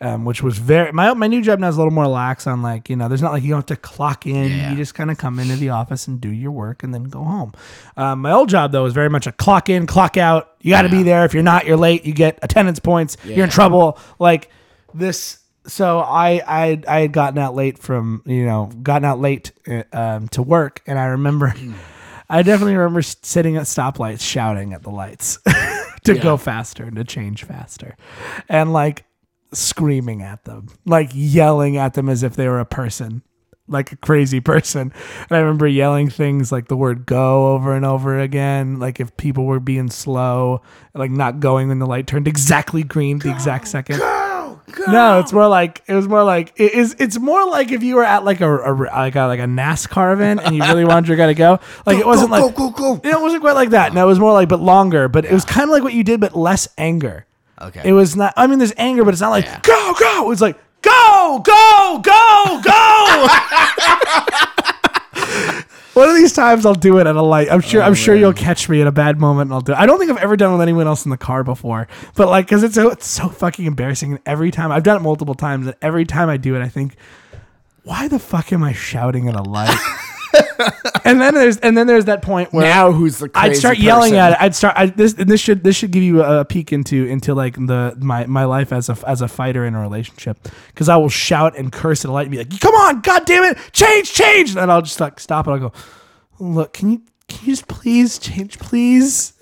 Speaker 2: um, which was very my my new job now is a little more lax on like you know there's not like you don't have to clock in.
Speaker 3: Yeah.
Speaker 2: You just kind of come into the office and do your work and then go home. Um, my old job though was very much a clock in, clock out. You got to be there. If you're not, you're late. You get attendance points. You're in trouble. Like this so I I I had gotten out late from you know gotten out late uh, um, to work, and I remember, I definitely remember s- sitting at stoplights shouting at the lights to go faster and to change faster, and like screaming at them, like yelling at them as if they were a person. Like a crazy person. And I remember yelling things like the word go over and over again. Like if people were being slow, like not going when the light turned exactly green the exact second.
Speaker 3: Oh,
Speaker 2: No, it's more like it was more like it is. It's more like if you were at like a, a like a like a NASCAR event and you really wanted your guy to go. Like it wasn't
Speaker 3: go,
Speaker 2: like
Speaker 3: go, go, go.
Speaker 2: You know, it wasn't quite like that. No, it was more like but longer. But it was kind of like what you did, but less anger.
Speaker 3: Okay.
Speaker 2: It was not. I mean, there's anger, but it's not like go go. It was like go go go go. One of these times I'll do it at a light. I'm sure. I'm sure you'll catch me at a bad moment, and I'll do. It. I don't think I've ever done it with anyone else in the car before, but like, cause it's so it's so fucking embarrassing. And every time I've done it multiple times, and every time I do it, I think, why the fuck am I shouting at a light? and then there's and then there's that point where
Speaker 3: now who's the crazy
Speaker 2: I'd start yelling
Speaker 3: person?
Speaker 2: at it. I'd start. I, this and this should this should give you a peek into into like the my my life as a as a fighter in a relationship because I will shout and curse at a light and be like, "Come on, god damn it, change, change!" And then I'll just like stop and I'll go, "Look, can you can you just please change, please,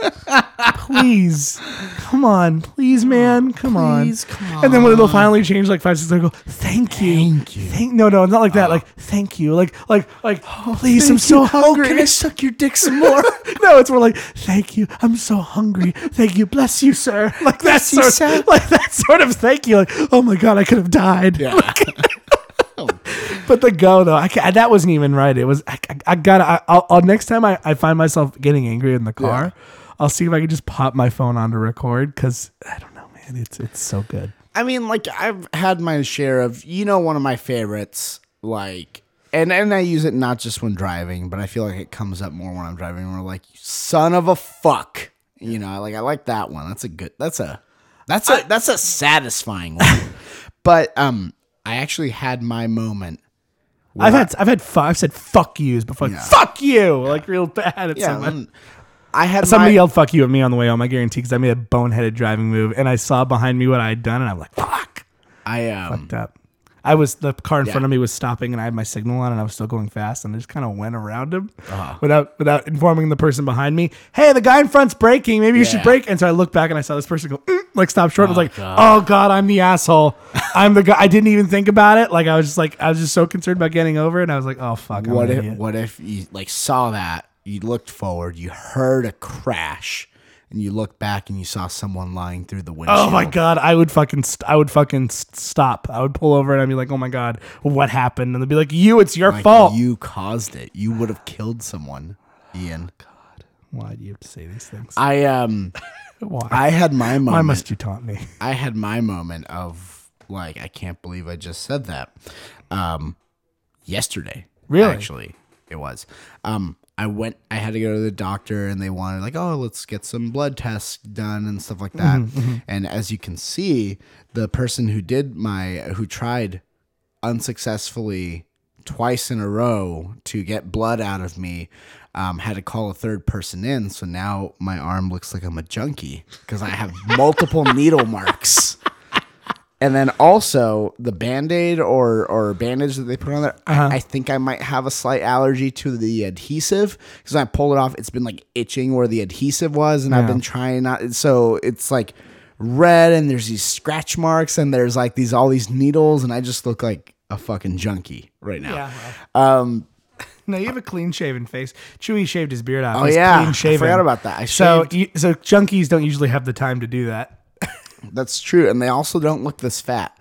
Speaker 2: please, come on, please, man, come on,
Speaker 3: Please, come
Speaker 2: And then when it'll finally change, like five seconds, I'll go, "Thank you, thank you, Ah. thank." No, no, not like that. Like, thank you, like, like, like, please, I'm so hungry.
Speaker 3: Oh, can I suck your dick some more?
Speaker 2: No, it's more like, thank you. I'm so hungry. Thank you. Bless you, sir. Like that
Speaker 3: you,
Speaker 2: sort
Speaker 3: sir.
Speaker 2: like that sort of thank you. Like, oh my god, I could have died.
Speaker 3: yeah. Oh.
Speaker 2: But the go though, I ca that wasn't even right. It was. I, I, I gotta. I, I'll, I'll next time I, I find myself getting angry in the car, I'll see if I can just pop my phone on to record because I don't know, man. It's it's so good.
Speaker 3: I mean, like I've had my share of you know one of my favorites, like and and I use it not just when driving, but I feel like it comes up more when I'm driving. We're like, son of a fuck, you know. I Like I like that one. That's a good. That's a that's a that's a satisfying one. but um, I actually had my moment. where
Speaker 2: I've had I've had five. I've said fuck yous before. Like,
Speaker 3: Yeah.
Speaker 2: Fuck you, like real bad at
Speaker 3: yeah. mm.
Speaker 2: someone.
Speaker 3: when I had
Speaker 2: Somebody
Speaker 3: my,
Speaker 2: yelled "fuck you" at me on the way home. I guarantee because I made a boneheaded driving move, and I saw behind me what I had done, and I'm like, "Fuck!"
Speaker 3: I um.
Speaker 2: Fucked up. I was the car in front
Speaker 3: Yeah.
Speaker 2: of me was stopping, and I had my signal on, and I was still going fast, and I just kind of went around him
Speaker 3: Uh-huh.
Speaker 2: without without informing the person behind me. Hey, the guy in front's braking. Maybe you should
Speaker 3: Yeah.
Speaker 2: brake. And so I looked back, and I saw this person go "Mm," like stop short. I was like, "Oh God, I'm the asshole. I'm the guy." I didn't even think about it. Like I was just like I was just so concerned about getting over, and I was like, "Oh fuck, I'm
Speaker 3: What
Speaker 2: an
Speaker 3: if
Speaker 2: idiot."
Speaker 3: what if you like saw that, you looked forward, you heard a crash, and you looked back and you saw someone lying through the windshield.
Speaker 2: Oh my god, I would fucking, st- I would fucking st- stop. I would pull over and I'd be like, "Oh my god, what happened?" And they'd be like, "You, it's your
Speaker 3: Like,
Speaker 2: fault."
Speaker 3: You caused it. You would have killed someone, Ian.
Speaker 2: Why do you have to say these things?
Speaker 3: I um
Speaker 2: Why?
Speaker 3: I had my moment.
Speaker 2: Why must you taunt me?
Speaker 3: I had my moment of like I can't believe I just said that. Um yesterday.
Speaker 2: Really?
Speaker 3: Actually, it was. Um I went I had to go to the doctor and they wanted like, "Oh, let's get some blood tests done and stuff like that." And as you can see, the person who did my who tried unsuccessfully twice in a row to get blood out of me. Um, had to call a third person in, so now my arm looks like I'm a junkie because I have multiple needle marks. And then also the band aid or, or bandage that they put on there, I-
Speaker 2: Uh-huh.
Speaker 3: I, think I might have a slight allergy to the adhesive because I pulled it off. It's been like itching where the adhesive was, and I've been trying not. So it's like red, and there's these scratch marks, and there's like these all these needles, and I just look like a fucking junkie right now. Um,
Speaker 2: No, you have a clean shaven face. Chewy shaved his beard off.
Speaker 3: Oh,
Speaker 2: He's
Speaker 3: yeah. I
Speaker 2: clean-shaven.
Speaker 3: forgot about that. I
Speaker 2: so
Speaker 3: shaved-
Speaker 2: you, so junkies don't usually have the time to do that.
Speaker 3: that's true, and they also don't look this fat.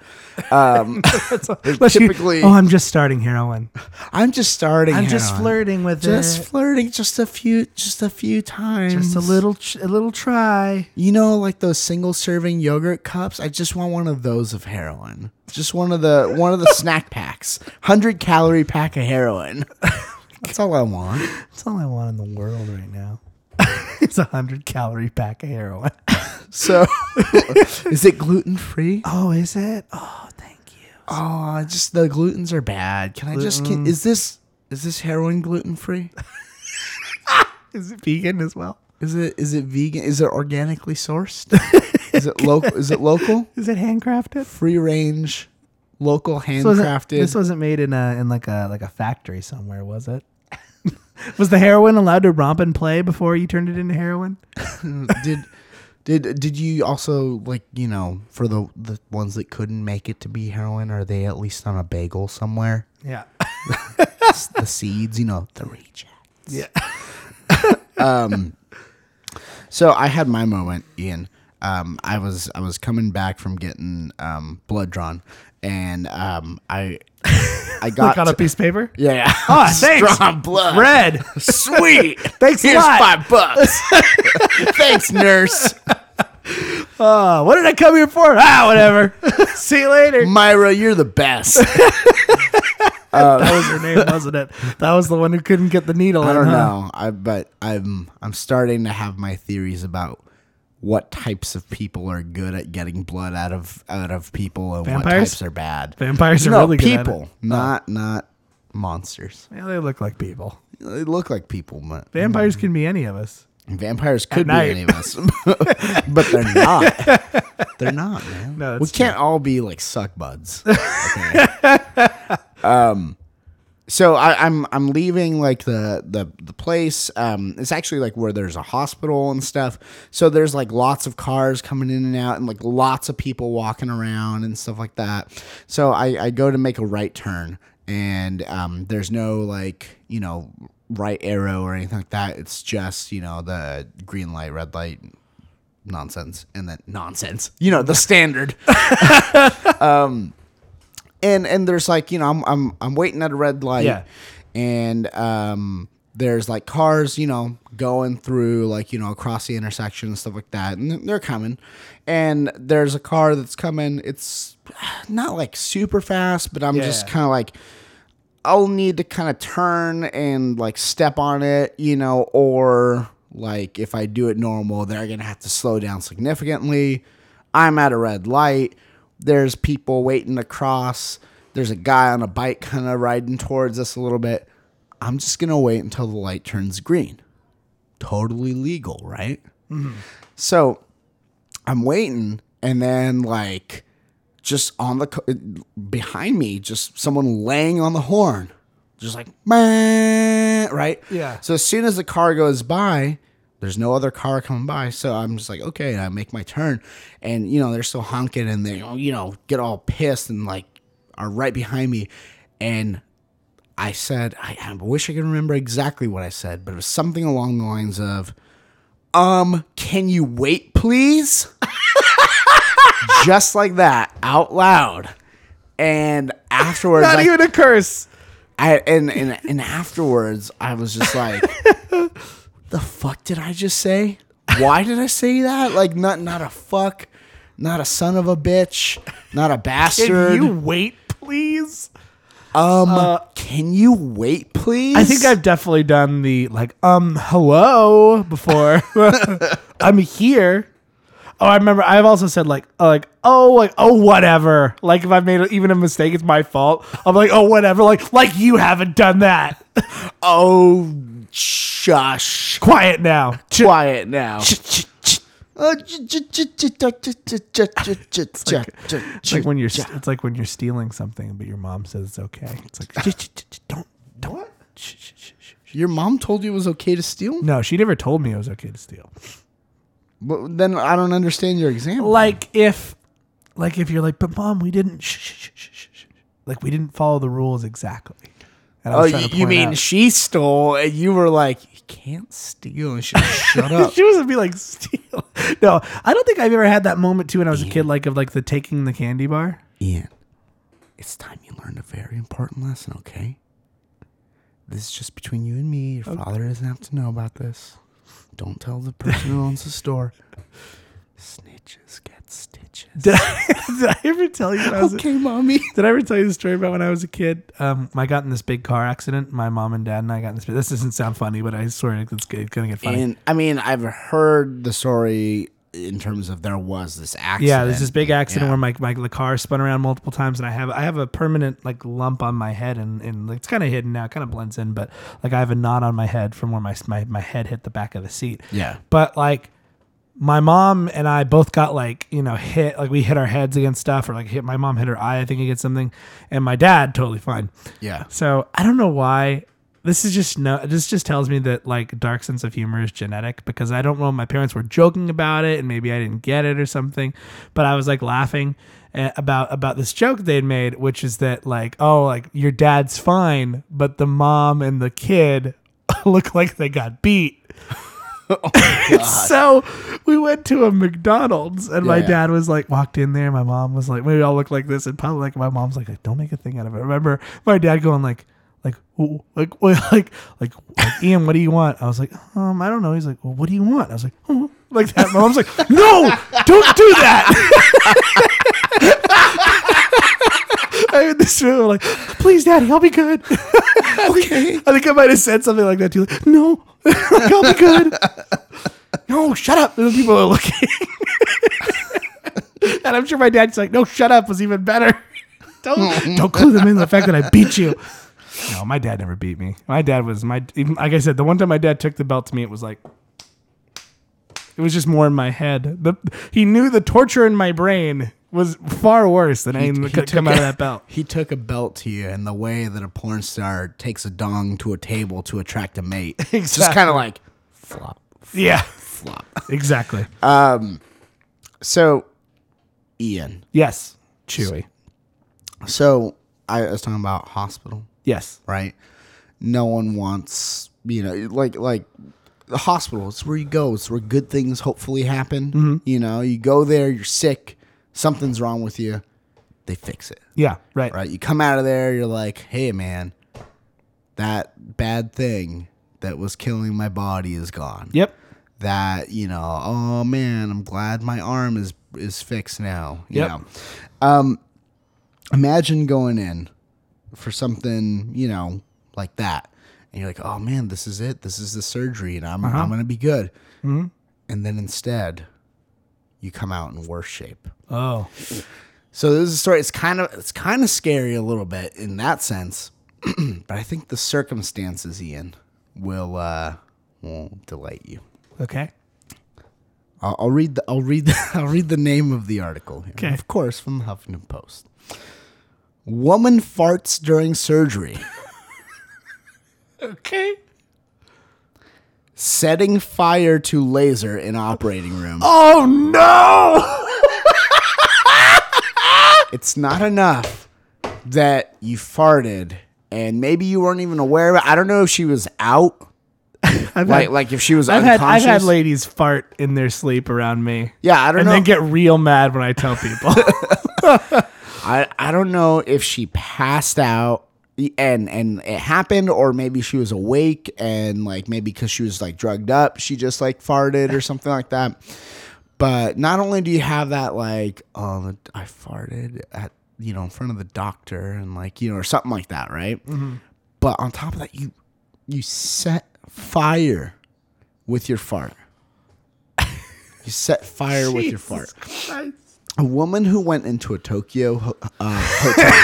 Speaker 3: Um,
Speaker 2: Unless you-
Speaker 3: typically-
Speaker 2: oh, I'm just starting heroin.
Speaker 3: I'm just starting.
Speaker 2: I'm just
Speaker 3: heroin.
Speaker 2: flirting with
Speaker 3: Just
Speaker 2: it.
Speaker 3: flirting, just a few, just a few times.
Speaker 2: Just a little, ch- a little try.
Speaker 3: You know, like those single serving yogurt cups. I just want one of those of heroin. Just one of the one of the snack packs. Hundred calorie pack of heroin. That's all I want.
Speaker 2: That's all I want in the world right now. it's a hundred calorie pack of heroin.
Speaker 3: So, is it gluten free?
Speaker 2: Oh, is it? Oh, thank you.
Speaker 3: Oh, just the gluten's are bad. Can I just? Can, is this is this heroin gluten free?
Speaker 2: Is it vegan as well?
Speaker 3: Is it is it vegan? Is it organically sourced? is it local? Is it local?
Speaker 2: Is it handcrafted?
Speaker 3: Free range, local,
Speaker 2: This wasn't-
Speaker 3: handcrafted.
Speaker 2: This wasn't made in a in like a like a factory somewhere, was it? was the heroin allowed to romp and play before you turned it into heroin?
Speaker 3: did did did you also like you know for the the ones that couldn't make it to be heroin are they at least on a bagel somewhere
Speaker 2: Yeah.
Speaker 3: It's the seeds you know the rejects
Speaker 2: Yeah.
Speaker 3: Um, so i had my moment ian um, I was I was coming back from getting um, blood drawn, and um, I I got, Oh,
Speaker 2: Look on a piece of paper.
Speaker 3: yeah, yeah.
Speaker 2: Ah, thanks.
Speaker 3: drawn blood
Speaker 2: Red.
Speaker 3: sweet
Speaker 2: Thanks a
Speaker 3: here's
Speaker 2: lot.
Speaker 3: five bucks thanks nurse
Speaker 2: Uh, what did I Ah, come here for? Ah, whatever. See you later.
Speaker 3: Myra you're the best
Speaker 2: that was her name, wasn't it? That was the one who couldn't get the needle.
Speaker 3: I
Speaker 2: in,
Speaker 3: don't
Speaker 2: huh?
Speaker 3: know. I but I'm I'm starting to have my theories about what types of people are good at getting blood out of out of people and what
Speaker 2: Vampires?
Speaker 3: types are bad.
Speaker 2: Vampires are
Speaker 3: no,
Speaker 2: really good at it. Oh.
Speaker 3: people, not not monsters.
Speaker 2: Yeah, they look like people.
Speaker 3: They look like people, but
Speaker 2: Vampires can be any of us.
Speaker 3: vampires could be
Speaker 2: night.
Speaker 3: any of us, but they're not. They're not, man.
Speaker 2: No,
Speaker 3: we
Speaker 2: that's
Speaker 3: can't all be like suck buds. Okay. um, so I, I'm I'm leaving like the the the place. Um, it's actually like where there's a hospital and stuff. So there's like lots of cars coming in and out, and like lots of people walking around and stuff like that. So I I go to make a right turn, and um, there's no like you know right arrow or anything like that. It's just you know the green light, red light. Nonsense, and then nonsense. You know the standard Um, and and there's like you know I'm I'm I'm waiting at a red light,
Speaker 2: Yeah.
Speaker 3: and um there's like cars you know going through like you know across the intersection and stuff like that, and they're coming, and there's a car that's coming. It's not like super fast, but I'm just
Speaker 2: Yeah.
Speaker 3: kind of like. I'll need to kind of turn and like step on it, you know, or like if I do it normal, they're going to have to slow down significantly. I'm at a red light. There's people waiting to cross. There's a guy on a bike kind of riding towards us a little bit. I'm just going to wait until the light turns green. Totally legal, right? So I'm waiting, and then like just on the co- behind me, just someone laying on the horn, just like man, right?
Speaker 2: Yeah.
Speaker 3: So as soon as the car goes by, there's no other car coming by, so I'm just like, okay, and I make my turn, and you know they're still honking, and they you know get all pissed and like are right behind me, and I said, I, I wish I could remember exactly what I said, but it was something along the lines of, um, can you wait, please? Just like that, out loud. And afterwards,
Speaker 2: Not
Speaker 3: I,
Speaker 2: even a curse.
Speaker 3: I and, and and afterwards, I was just like, "The fuck did I just say? Why did I say that? Like, not not a fuck, not a son of a bitch, not a
Speaker 2: Can
Speaker 3: bastard.
Speaker 2: you wait, please?
Speaker 3: um, can you wait, please?
Speaker 2: I think I've definitely done the like um hello before. I'm here. Oh, I remember. I've also said like uh, like oh like oh whatever. Like if I've made even a mistake, it's my fault. I'm like oh whatever. Like like you haven't done that.
Speaker 3: Oh, shush.
Speaker 2: Quiet now.
Speaker 3: Quiet now. Uh,
Speaker 2: It's like when you're it's like when you're stealing something, but your mom says it's okay. It's like don't don't.
Speaker 3: Your mom told you it was okay to steal?
Speaker 2: No, she never told me it was okay to steal.
Speaker 3: But then I don't understand your example.
Speaker 2: like if like if you're like but mom we didn't shh, shh, shh, shh, shh, shh." like we didn't follow the rules exactly and I
Speaker 3: oh,
Speaker 2: was trying
Speaker 3: you,
Speaker 2: to
Speaker 3: you
Speaker 2: point
Speaker 3: mean
Speaker 2: out-
Speaker 3: she stole and you were like, you can't steal. And she shut up.
Speaker 2: she wasn't be like steal no i don't think i've ever had that moment too when i was a kid like of like the taking the candy bar
Speaker 3: Ian, it's time you learned a very important lesson, okay? This is just between you and me. Your father doesn't have to know about this. Don't tell the person who owns the store. Snitches get stitches.
Speaker 2: did i, did I ever tell you when I was a-
Speaker 3: Okay, mommy.
Speaker 2: did I ever tell you the story about when I was a kid? Um, I got in this big car accident. My mom and dad and I got in this. This doesn't sound funny, but I swear it's g- gonna get funny.
Speaker 3: And I mean, I've heard the story in terms of there was this accident.
Speaker 2: Yeah, there's this big accident
Speaker 3: Yeah.
Speaker 2: where my, my the car spun around multiple times, and I have I have a permanent like lump on my head, and and like, it's kind of hidden now, kind of blends in, but like I have a knot on my head from where my my my head hit the back of the seat.
Speaker 3: Yeah.
Speaker 2: but like my mom and I both got like you know hit like we hit our heads against stuff, or like hit my mom hit her eye I think against something, and my dad totally fine.
Speaker 3: Yeah.
Speaker 2: So I don't know why. This is just no. This just tells me that like dark sense of humor is genetic because I don't know. My parents were joking about it, and maybe I didn't get it or something. But I was like laughing eh, about about this joke they had made, which is that like oh like your dad's fine, but the mom and the kid look like they got beat. so we went to a McDonald's and my
Speaker 3: Yeah.
Speaker 2: dad was like walked in there. My mom was like, maybe I'll look like this in public. My mom's like, don't make a thing out of it. I remember my dad going like, like, "Ooh," like, well, like, like, like, Ian, what do you want? I was like, um, I don't know. He's like, well, what do you want? I was like, oh, like that. My mom's like, no, don't do that. I mean, This really like, please, Daddy, I'll be good.
Speaker 3: okay.
Speaker 2: I think I might have said something like that to you. Like, no, like, I'll be good. No, shut up. And the people are looking. and I'm sure my dad's like, no, shut up was even better. don't don't clue them in the fact that I beat you. Mm-hmm. No, my dad never beat me. My dad was my even, like I said, the one time my dad took the belt to me, it was like it was just more in my head. The he knew the torture in my brain was far worse than anything that could come out of that belt.
Speaker 3: He took a belt to you in the way that a porn star takes a dong to a table to attract a mate. It's just
Speaker 2: Exactly.
Speaker 3: kind of like flop,
Speaker 2: Yeah,
Speaker 3: flop. Uh,
Speaker 2: exactly.
Speaker 3: So, Ian.
Speaker 2: Yes, Chewy.
Speaker 3: So I was talking about hospital,
Speaker 2: Yes,
Speaker 3: right? No one wants, you know, like like the hospital. It's where you go. It's where good things hopefully happen. You know, you go there. You're sick. Something's wrong with you. They fix it.
Speaker 2: yeah, right.
Speaker 3: right? You come out of there, you're like, hey, man, that bad thing that was killing my body is gone.
Speaker 2: Yep.
Speaker 3: That, you know, oh, man, I'm glad my arm is is fixed now. You
Speaker 2: Yep.
Speaker 3: know? Um, imagine going in for something, you know, like that. And you're like, oh, man, this is it. This is the surgery, and I'm, I'm going to be good. And then instead, you come out in worse shape.
Speaker 2: Oh,
Speaker 3: So this is a story. It's kind of it's kind of scary a little bit in that sense, but I think the circumstances Ian will uh, will delight you.
Speaker 2: okay.
Speaker 3: I'll, I'll read the I'll read the, I'll read the name of the article here.
Speaker 2: Okay.
Speaker 3: Of course, from the Huffington Post. Woman farts during surgery,
Speaker 2: Okay.
Speaker 3: setting fire to laser in operating room.
Speaker 2: Oh no!
Speaker 3: It's not enough that you farted and maybe you weren't even aware of it. I don't know if she was out.
Speaker 2: I've
Speaker 3: Like,
Speaker 2: had,
Speaker 3: like if she was
Speaker 2: I've had I've
Speaker 3: unconscious.
Speaker 2: had ladies fart in their sleep around me.
Speaker 3: Yeah, I don't
Speaker 2: and
Speaker 3: know.
Speaker 2: then get real mad when I tell people.
Speaker 3: I, I don't know if she passed out e, and and it happened or maybe she was awake and like maybe because she was like drugged up she just like farted or something like that but not only do you have that like oh i farted at you know in front of the doctor and like you know or something like that right but on top of that you you set fire with your fart you set fire with your fart a woman who went into a Tokyo ho- uh,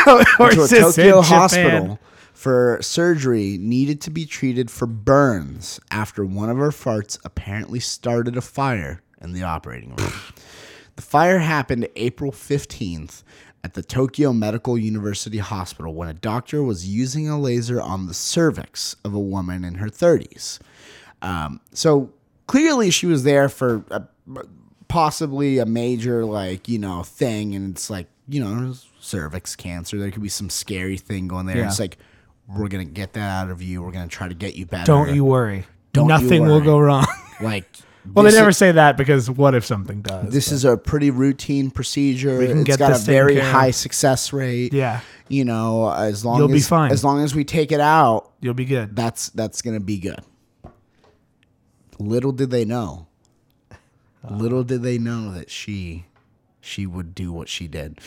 Speaker 3: hotel, into a
Speaker 2: Horses in
Speaker 3: Tokyo
Speaker 2: Japan.
Speaker 3: hospital for surgery needed to be treated for burns after one of her farts apparently started a fire in the operating room. the fire happened April 15th at the Tokyo Medical University Hospital when a doctor was using a laser on the cervix of a woman in her 30s. Um, so clearly she was there for a, possibly a major like you know thing, and it's like you know cervix cancer. There could be some scary thing going there.
Speaker 2: Yeah.
Speaker 3: It's like we're gonna get that out of you. We're gonna try to get you better.
Speaker 2: Don't you worry.
Speaker 3: Don't you
Speaker 2: Nothing will
Speaker 3: worry.
Speaker 2: go wrong.
Speaker 3: like?
Speaker 2: well, they
Speaker 3: this
Speaker 2: never
Speaker 3: is-
Speaker 2: say that because what if something does?
Speaker 3: This is a pretty routine procedure.
Speaker 2: can
Speaker 3: It's
Speaker 2: get
Speaker 3: got a
Speaker 2: this taken
Speaker 3: very
Speaker 2: care of.
Speaker 3: high success rate.
Speaker 2: yeah,
Speaker 3: You know, as long
Speaker 2: You'll
Speaker 3: as
Speaker 2: be fine.
Speaker 3: as long as we take it out,
Speaker 2: you'll be good.
Speaker 3: that's that's gonna be good. Little did they know. Little did they know that she she would do what she did.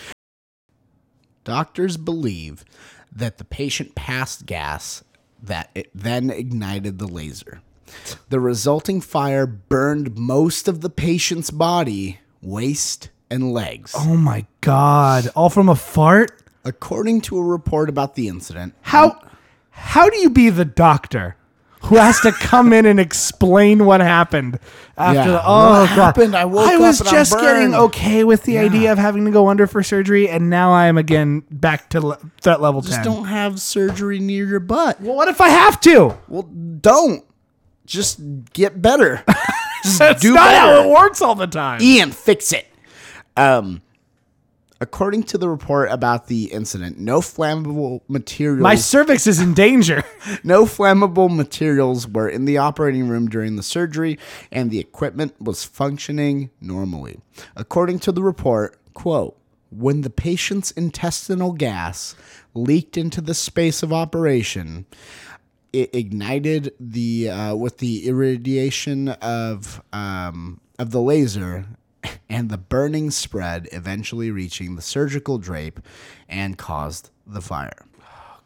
Speaker 3: Doctors believe that the patient passed gas that it then ignited the laser. The resulting fire burned most of the patient's body, waist, and legs.
Speaker 2: oh my god! All from a fart?
Speaker 3: According to a report about the incident,
Speaker 2: How? How do you be the doctor who has to come in and explain what happened after?
Speaker 3: Yeah.
Speaker 2: The, oh
Speaker 3: What
Speaker 2: god!
Speaker 3: happened? I woke up
Speaker 2: was
Speaker 3: and I'm
Speaker 2: just getting
Speaker 3: burned.
Speaker 2: okay with the idea of having to go under for surgery, and now I am again back to le- threat level
Speaker 3: just
Speaker 2: ten.
Speaker 3: don't have surgery near your butt.
Speaker 2: well, what if I have to?
Speaker 3: Well, don't. Just get better.
Speaker 2: That's
Speaker 3: do
Speaker 2: not how
Speaker 3: better.
Speaker 2: it works all the time.
Speaker 3: Ian, fix it. Um, according to the report about the incident, no flammable materials.
Speaker 2: My cervix is in danger.
Speaker 3: No flammable materials were in the operating room during the surgery, and the equipment was functioning normally. According to the report, quote, when the patient's intestinal gas leaked into the space of operation, it ignited the uh, with the irradiation of um, of the laser, and the burning spread, eventually reaching the surgical drape, and caused the fire.
Speaker 2: Oh,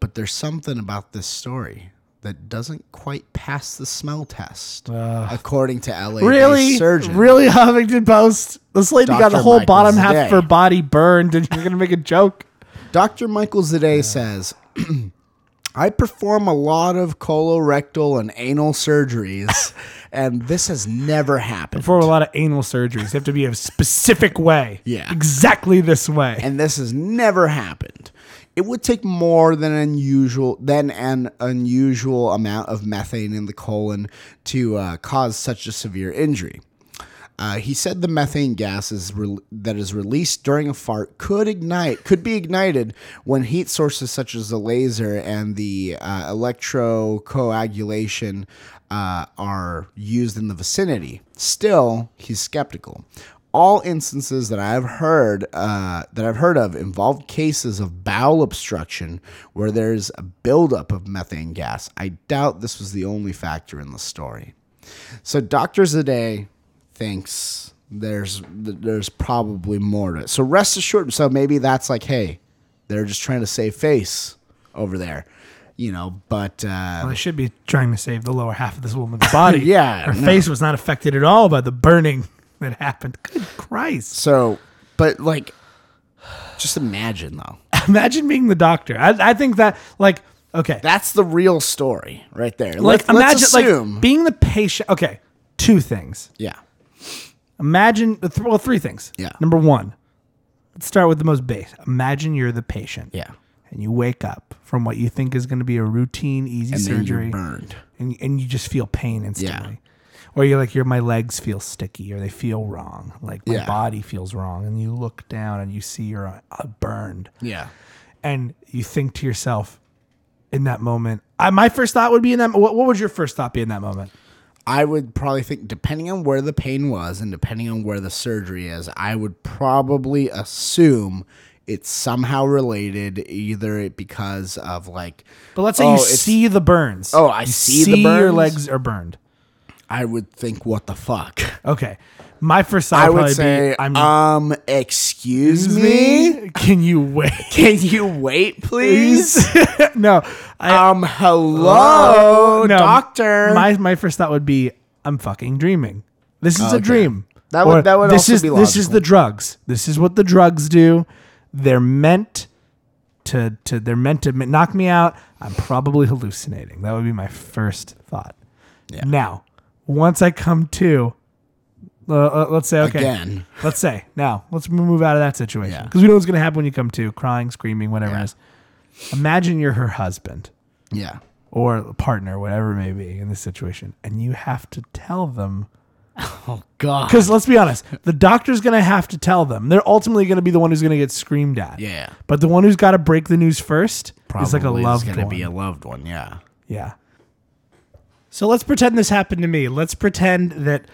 Speaker 3: But there's something about this story that doesn't quite pass the smell test, according to LA
Speaker 2: Really,
Speaker 3: surgeon.
Speaker 2: really Huffington Post. This lady got the
Speaker 3: Dr.
Speaker 2: whole
Speaker 3: Michael
Speaker 2: bottom half
Speaker 3: Zedek.
Speaker 2: of her body burned, and you're gonna make a joke.
Speaker 3: Dr. Michael Zade says, I perform a lot of colorectal and anal surgeries, and this has never happened.
Speaker 2: For a lot of anal surgeries, they have to be a specific way.
Speaker 3: Yeah.
Speaker 2: exactly this way.
Speaker 3: and this has never happened. It would take more than unusual than an unusual amount of methane in the colon to uh, cause such a severe injury. Uh, he said the methane gas is rel that is released during a fart could ignite could be ignited when heat sources such as the laser and the uh, electrocoagulation uh, are used in the vicinity. Still, he's skeptical. All instances that I've heard uh, that I've heard of involve cases of bowel obstruction where there's a buildup of methane gas. I doubt this was the only factor in the story. So Dr. Zade thinks there's there's probably more to it. So rest assured. So maybe that's like, hey, they're just trying to save face over there, you know. But
Speaker 2: Well,
Speaker 3: uh,
Speaker 2: they should be trying to save the lower half of this woman's body.
Speaker 3: Yeah,
Speaker 2: her
Speaker 3: no.
Speaker 2: face was not affected at all by the burning that happened. Good Christ!
Speaker 3: so, but like, just imagine though.
Speaker 2: Imagine being the doctor. I, I think that like okay,
Speaker 3: That's the real story right there.
Speaker 2: like
Speaker 3: Let's- let's
Speaker 2: imagine
Speaker 3: assume-
Speaker 2: like being the patient. Okay, two things.
Speaker 3: yeah,
Speaker 2: Imagine th- well three things.
Speaker 3: Yeah.
Speaker 2: Number one, let's start with the most base. Imagine you're the patient.
Speaker 3: yeah,
Speaker 2: And you wake up from what you think is going to be a routine, easy
Speaker 3: and then
Speaker 2: surgery.
Speaker 3: you're burned.
Speaker 2: and and you just feel pain instantly. Or you're like, your my legs feel sticky, or they feel wrong, like my
Speaker 3: Yeah.
Speaker 2: body feels wrong, and you look down and you see you're uh, uh, burned,
Speaker 3: Yeah,
Speaker 2: and you think to yourself, in that moment, I, my first thought would be in that. What, what would your first thought be in that moment?
Speaker 3: I would probably think, depending on where the pain was and depending on where the surgery is, I would probably assume it's somehow related, either it because of like.
Speaker 2: But let's say you
Speaker 3: Oh, it's-
Speaker 2: see the burns.
Speaker 3: Oh, I
Speaker 2: You
Speaker 3: see the
Speaker 2: Your
Speaker 3: burns?
Speaker 2: legs are burned.
Speaker 3: I would think, what the fuck?
Speaker 2: Okay, my first thought
Speaker 3: I
Speaker 2: would
Speaker 3: would
Speaker 2: probably
Speaker 3: say,
Speaker 2: be, I'm.
Speaker 3: um, excuse me?
Speaker 2: Can you wait,
Speaker 3: Can you wait, please?
Speaker 2: no, I,
Speaker 3: um, hello,
Speaker 2: no,
Speaker 3: doctor.
Speaker 2: My my first thought would be, I'm fucking dreaming. This is a dream.
Speaker 3: That would- that would
Speaker 2: this
Speaker 3: also
Speaker 2: is
Speaker 3: be
Speaker 2: this is
Speaker 3: logical.
Speaker 2: the drugs. This is what the drugs do. They're meant to to they're meant to ma- knock me out. I'm probably hallucinating. That would be my first thought. Now, once I come to, uh, uh, let's say okay.
Speaker 3: Again.
Speaker 2: Let's say now. Let's move out of that situation
Speaker 3: Yeah.
Speaker 2: because we know what's going to happen when you come to, crying, screaming, whatever it is. Imagine you're her husband
Speaker 3: yeah.
Speaker 2: or a partner, whatever it may be in this situation, and you have to tell them. Oh,
Speaker 3: God.
Speaker 2: Because let's be honest, the doctor's going to have to tell them. They're ultimately going to be the one who's going to get screamed at.
Speaker 3: Yeah.
Speaker 2: But the one who's got to break the news first is like a
Speaker 3: Probably
Speaker 2: loved
Speaker 3: gonna
Speaker 2: one.
Speaker 3: be a loved one, yeah.
Speaker 2: yeah. So let's pretend this happened to me. Let's pretend that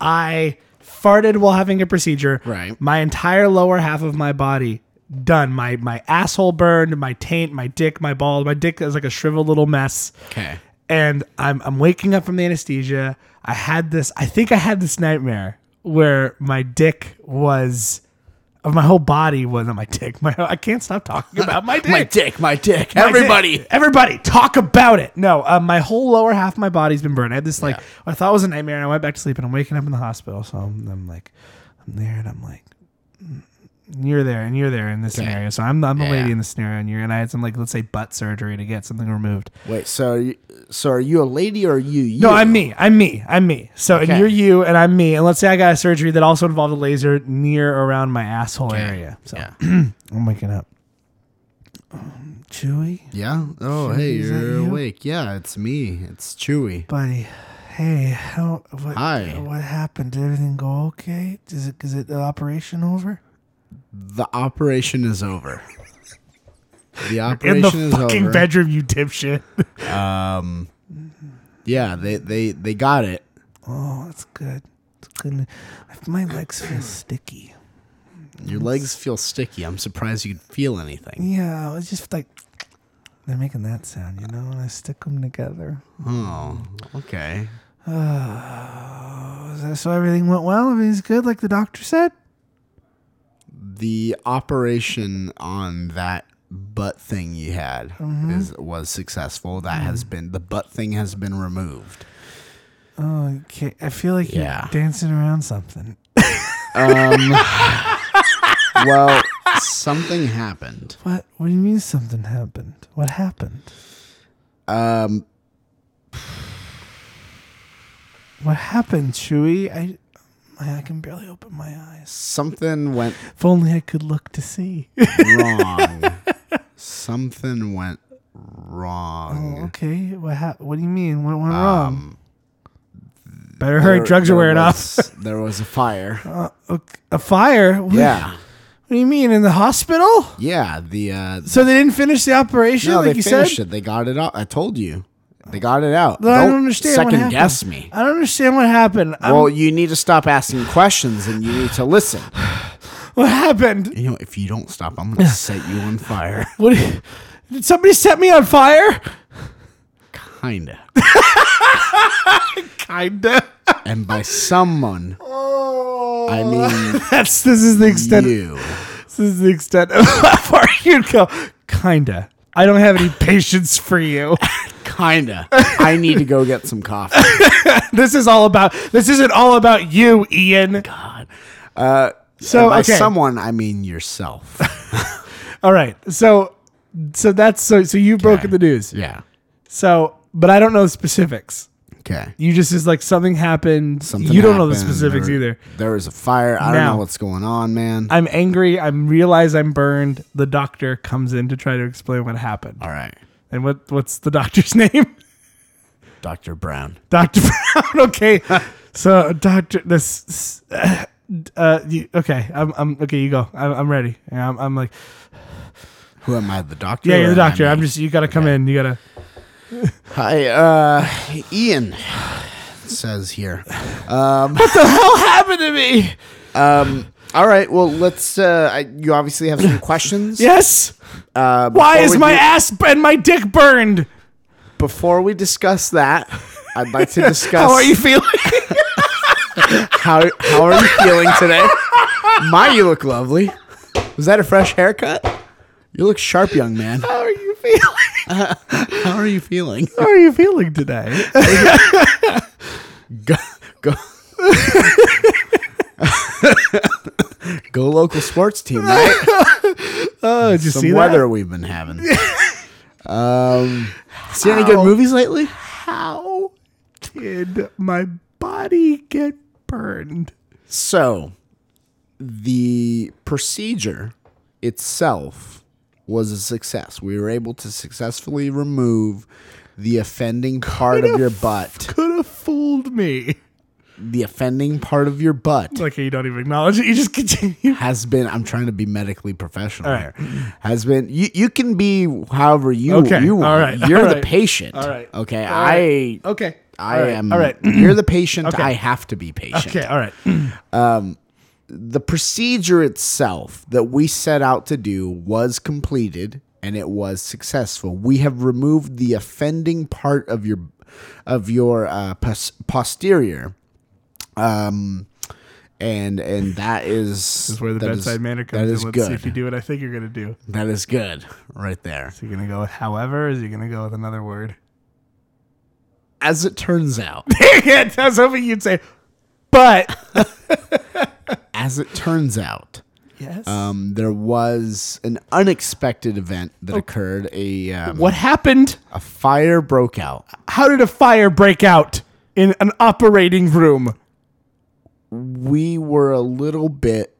Speaker 2: I farted while having a procedure.
Speaker 3: Right.
Speaker 2: My entire lower half of my body done. My my asshole burned. My taint. My dick. My balls. My dick is like a shriveled little mess
Speaker 3: Okay.
Speaker 2: and I'm I'm waking up from the anesthesia. I had this. I think I had this nightmare where my dick was, of my whole body was not my dick. My I can't stop talking about my dick.
Speaker 3: My dick, my dick,
Speaker 2: My dick.
Speaker 3: everybody.
Speaker 2: everybody, talk about it. No, uh, my whole lower half of my body's been burned. I had this like I thought it was a nightmare, and I went back to sleep, and I'm waking up in the hospital. So I'm, I'm like, I'm there, and I'm like. mm, You're there, and you're there in this scenario. So I'm, I'm the lady
Speaker 3: Yeah.
Speaker 2: in this scenario, and you're and I had some like let's say butt surgery to get something removed.
Speaker 3: Wait, so are you, so are you a lady or are you, you?
Speaker 2: No, I'm me. I'm me. I'm me. So and
Speaker 3: Okay.
Speaker 2: you're you, and I'm me. And let's say I got a surgery that also involved a laser near around my asshole area. So
Speaker 3: Oh, Yeah.
Speaker 2: I'm waking up. Um, Chewy,
Speaker 3: Yeah. Oh, hey,
Speaker 2: is that
Speaker 3: you're
Speaker 2: you?
Speaker 3: awake. Yeah, it's me. It's Chewy.
Speaker 2: buddy. Hey, how? What,
Speaker 3: Hi.
Speaker 2: What happened? Did everything go okay? Is it is it the operation over?
Speaker 3: The operation is over. The
Speaker 2: In
Speaker 3: operation
Speaker 2: the
Speaker 3: is
Speaker 2: fucking
Speaker 3: over.
Speaker 2: bedroom, you dipshit.
Speaker 3: Yeah, they they they got it.
Speaker 2: oh, that's good. It's good. My legs feel sticky.
Speaker 3: Your legs feel sticky. I'm surprised you could feel anything.
Speaker 2: Yeah, it's just like they're making that sound, you know, and I stick them together.
Speaker 3: Oh, okay.
Speaker 2: So everything went well. Everything's good, like the doctor said.
Speaker 3: the operation on that butt thing you had is, was successful. That has been the butt thing has been removed.
Speaker 2: Oh, okay. I feel like
Speaker 3: Yeah.
Speaker 2: you're dancing around something.
Speaker 3: Well, something happened.
Speaker 2: What? What do you mean something happened? What happened?
Speaker 3: Um,
Speaker 2: What happened, Chewy? I, I, I can barely open my eyes.
Speaker 3: something went
Speaker 2: If only I could look to see.
Speaker 3: wrong. something went wrong.
Speaker 2: Oh, okay. What? hap what do you mean? What went wrong? Better
Speaker 3: There-
Speaker 2: hurry. Drugs are
Speaker 3: there
Speaker 2: wearing off. Oh.
Speaker 3: was- There was a fire.
Speaker 2: Ok- A fire? What,
Speaker 3: yeah,
Speaker 2: What do you mean in the hospital?
Speaker 3: yeah. The uh,
Speaker 2: So they didn't finish the operation,
Speaker 3: no,
Speaker 2: like
Speaker 3: they
Speaker 2: you
Speaker 3: finished
Speaker 2: said.
Speaker 3: it. They got it out. I told you, they got it out.
Speaker 2: But I don't understand. what
Speaker 3: Second
Speaker 2: happened.
Speaker 3: guess me.
Speaker 2: I don't understand what happened. I'm-
Speaker 3: Well, you need to stop asking questions and you need to listen.
Speaker 2: what happened?
Speaker 3: You know, if you don't stop, I'm gonna set you on fire.
Speaker 2: What? do you- Did somebody set me on fire?
Speaker 3: Kinda.
Speaker 2: Kinda.
Speaker 3: And by someone,
Speaker 2: Oh.
Speaker 3: I mean
Speaker 2: That's this is the extent.
Speaker 3: you.
Speaker 2: This is the extent of how far you'd go. Kinda. I don't have any patience for you.
Speaker 3: Kinda. I need to go get some coffee.
Speaker 2: this is all about. This isn't all about you, Ian.
Speaker 3: and
Speaker 2: so
Speaker 3: by
Speaker 2: okay.
Speaker 3: someone, I mean yourself.
Speaker 2: all right. So, so that's so. So you've broken the news.
Speaker 3: yeah.
Speaker 2: So, but I don't know the specifics.
Speaker 3: Okay.
Speaker 2: You just is like something happened.
Speaker 3: Something
Speaker 2: you don't know the
Speaker 3: happened.
Speaker 2: specifics
Speaker 3: There-
Speaker 2: either.
Speaker 3: There was a fire. I don't
Speaker 2: Now-
Speaker 3: know what's going on, man.
Speaker 2: I'm angry. I realize I'm burned. The doctor comes in to try to explain what happened.
Speaker 3: All right,
Speaker 2: And what what's the doctor's name?
Speaker 3: Doctor Brown.
Speaker 2: Doctor Brown. Okay. so Doctor this. Uh, uh, you, okay, I'm, I'm okay. You go. I'm, I'm ready. And I'm, I'm like,
Speaker 3: Who am I? The doctor.
Speaker 2: yeah,
Speaker 3: or
Speaker 2: you're the
Speaker 3: am I
Speaker 2: doctor.
Speaker 3: me?
Speaker 2: I'm just. You gotta come in. You gotta.
Speaker 3: Hi, uh, Ian it says here.
Speaker 2: What happened to me?
Speaker 3: Um, all right, well, let's. Uh, I, you obviously have some questions.
Speaker 2: Yes.
Speaker 3: Uh,
Speaker 2: Why
Speaker 3: before
Speaker 2: is
Speaker 3: we
Speaker 2: my
Speaker 3: do-
Speaker 2: ass and my dick burned?
Speaker 3: Before we discuss that, I'd like to discuss
Speaker 2: How are you feeling?
Speaker 3: How, how are you feeling today? My, you look lovely. Was that a fresh haircut? You look sharp, young man.
Speaker 2: How are you feeling?
Speaker 3: How are you feeling?
Speaker 2: How are you feeling today?
Speaker 3: Go, go. go local sports team, right?
Speaker 2: Oh, did you
Speaker 3: Some
Speaker 2: see
Speaker 3: weather
Speaker 2: that?
Speaker 3: we've been having. um, see any good movies lately?
Speaker 2: How did my body get burned?
Speaker 3: So, the procedure itself was a success. We were able to successfully remove the offending part of your butt.
Speaker 2: Could have fooled me.
Speaker 3: The offending part of your butt
Speaker 2: Like you don't even acknowledge it. You just continue.
Speaker 3: has been. I'm trying to be medically professional
Speaker 2: All right.
Speaker 3: here. Has been. You, you can be however you
Speaker 2: Okay,
Speaker 3: you want.
Speaker 2: all right,
Speaker 3: You're
Speaker 2: all
Speaker 3: the
Speaker 2: right,
Speaker 3: patient.
Speaker 2: all right,
Speaker 3: Okay.
Speaker 2: all right.
Speaker 3: I.
Speaker 2: Okay.
Speaker 3: I
Speaker 2: all right,
Speaker 3: am.
Speaker 2: All right.
Speaker 3: You're the patient.
Speaker 2: Okay.
Speaker 3: I have to be patient.
Speaker 2: Okay. All right.
Speaker 3: the procedure itself that we set out to do was completed and it was successful. We have removed the offending part of your of your uh, pos- posterior, um, and and that is
Speaker 2: This is where the
Speaker 3: that is-
Speaker 2: bedside manner comes
Speaker 3: That
Speaker 2: in.
Speaker 3: is
Speaker 2: Let's see if you
Speaker 3: good.
Speaker 2: do what I think you're gonna do.
Speaker 3: That is good, right there.
Speaker 2: Is he gonna go with however? Or is he gonna go with another word?
Speaker 3: As it turns out,
Speaker 2: I was hoping you'd say, but
Speaker 3: as it turns out,
Speaker 2: yes.
Speaker 3: um, there was an unexpected event that occurred. A um,
Speaker 2: Oh. what happened?
Speaker 3: a fire broke out.
Speaker 2: How did a fire break out in an operating room?
Speaker 3: we were a little bit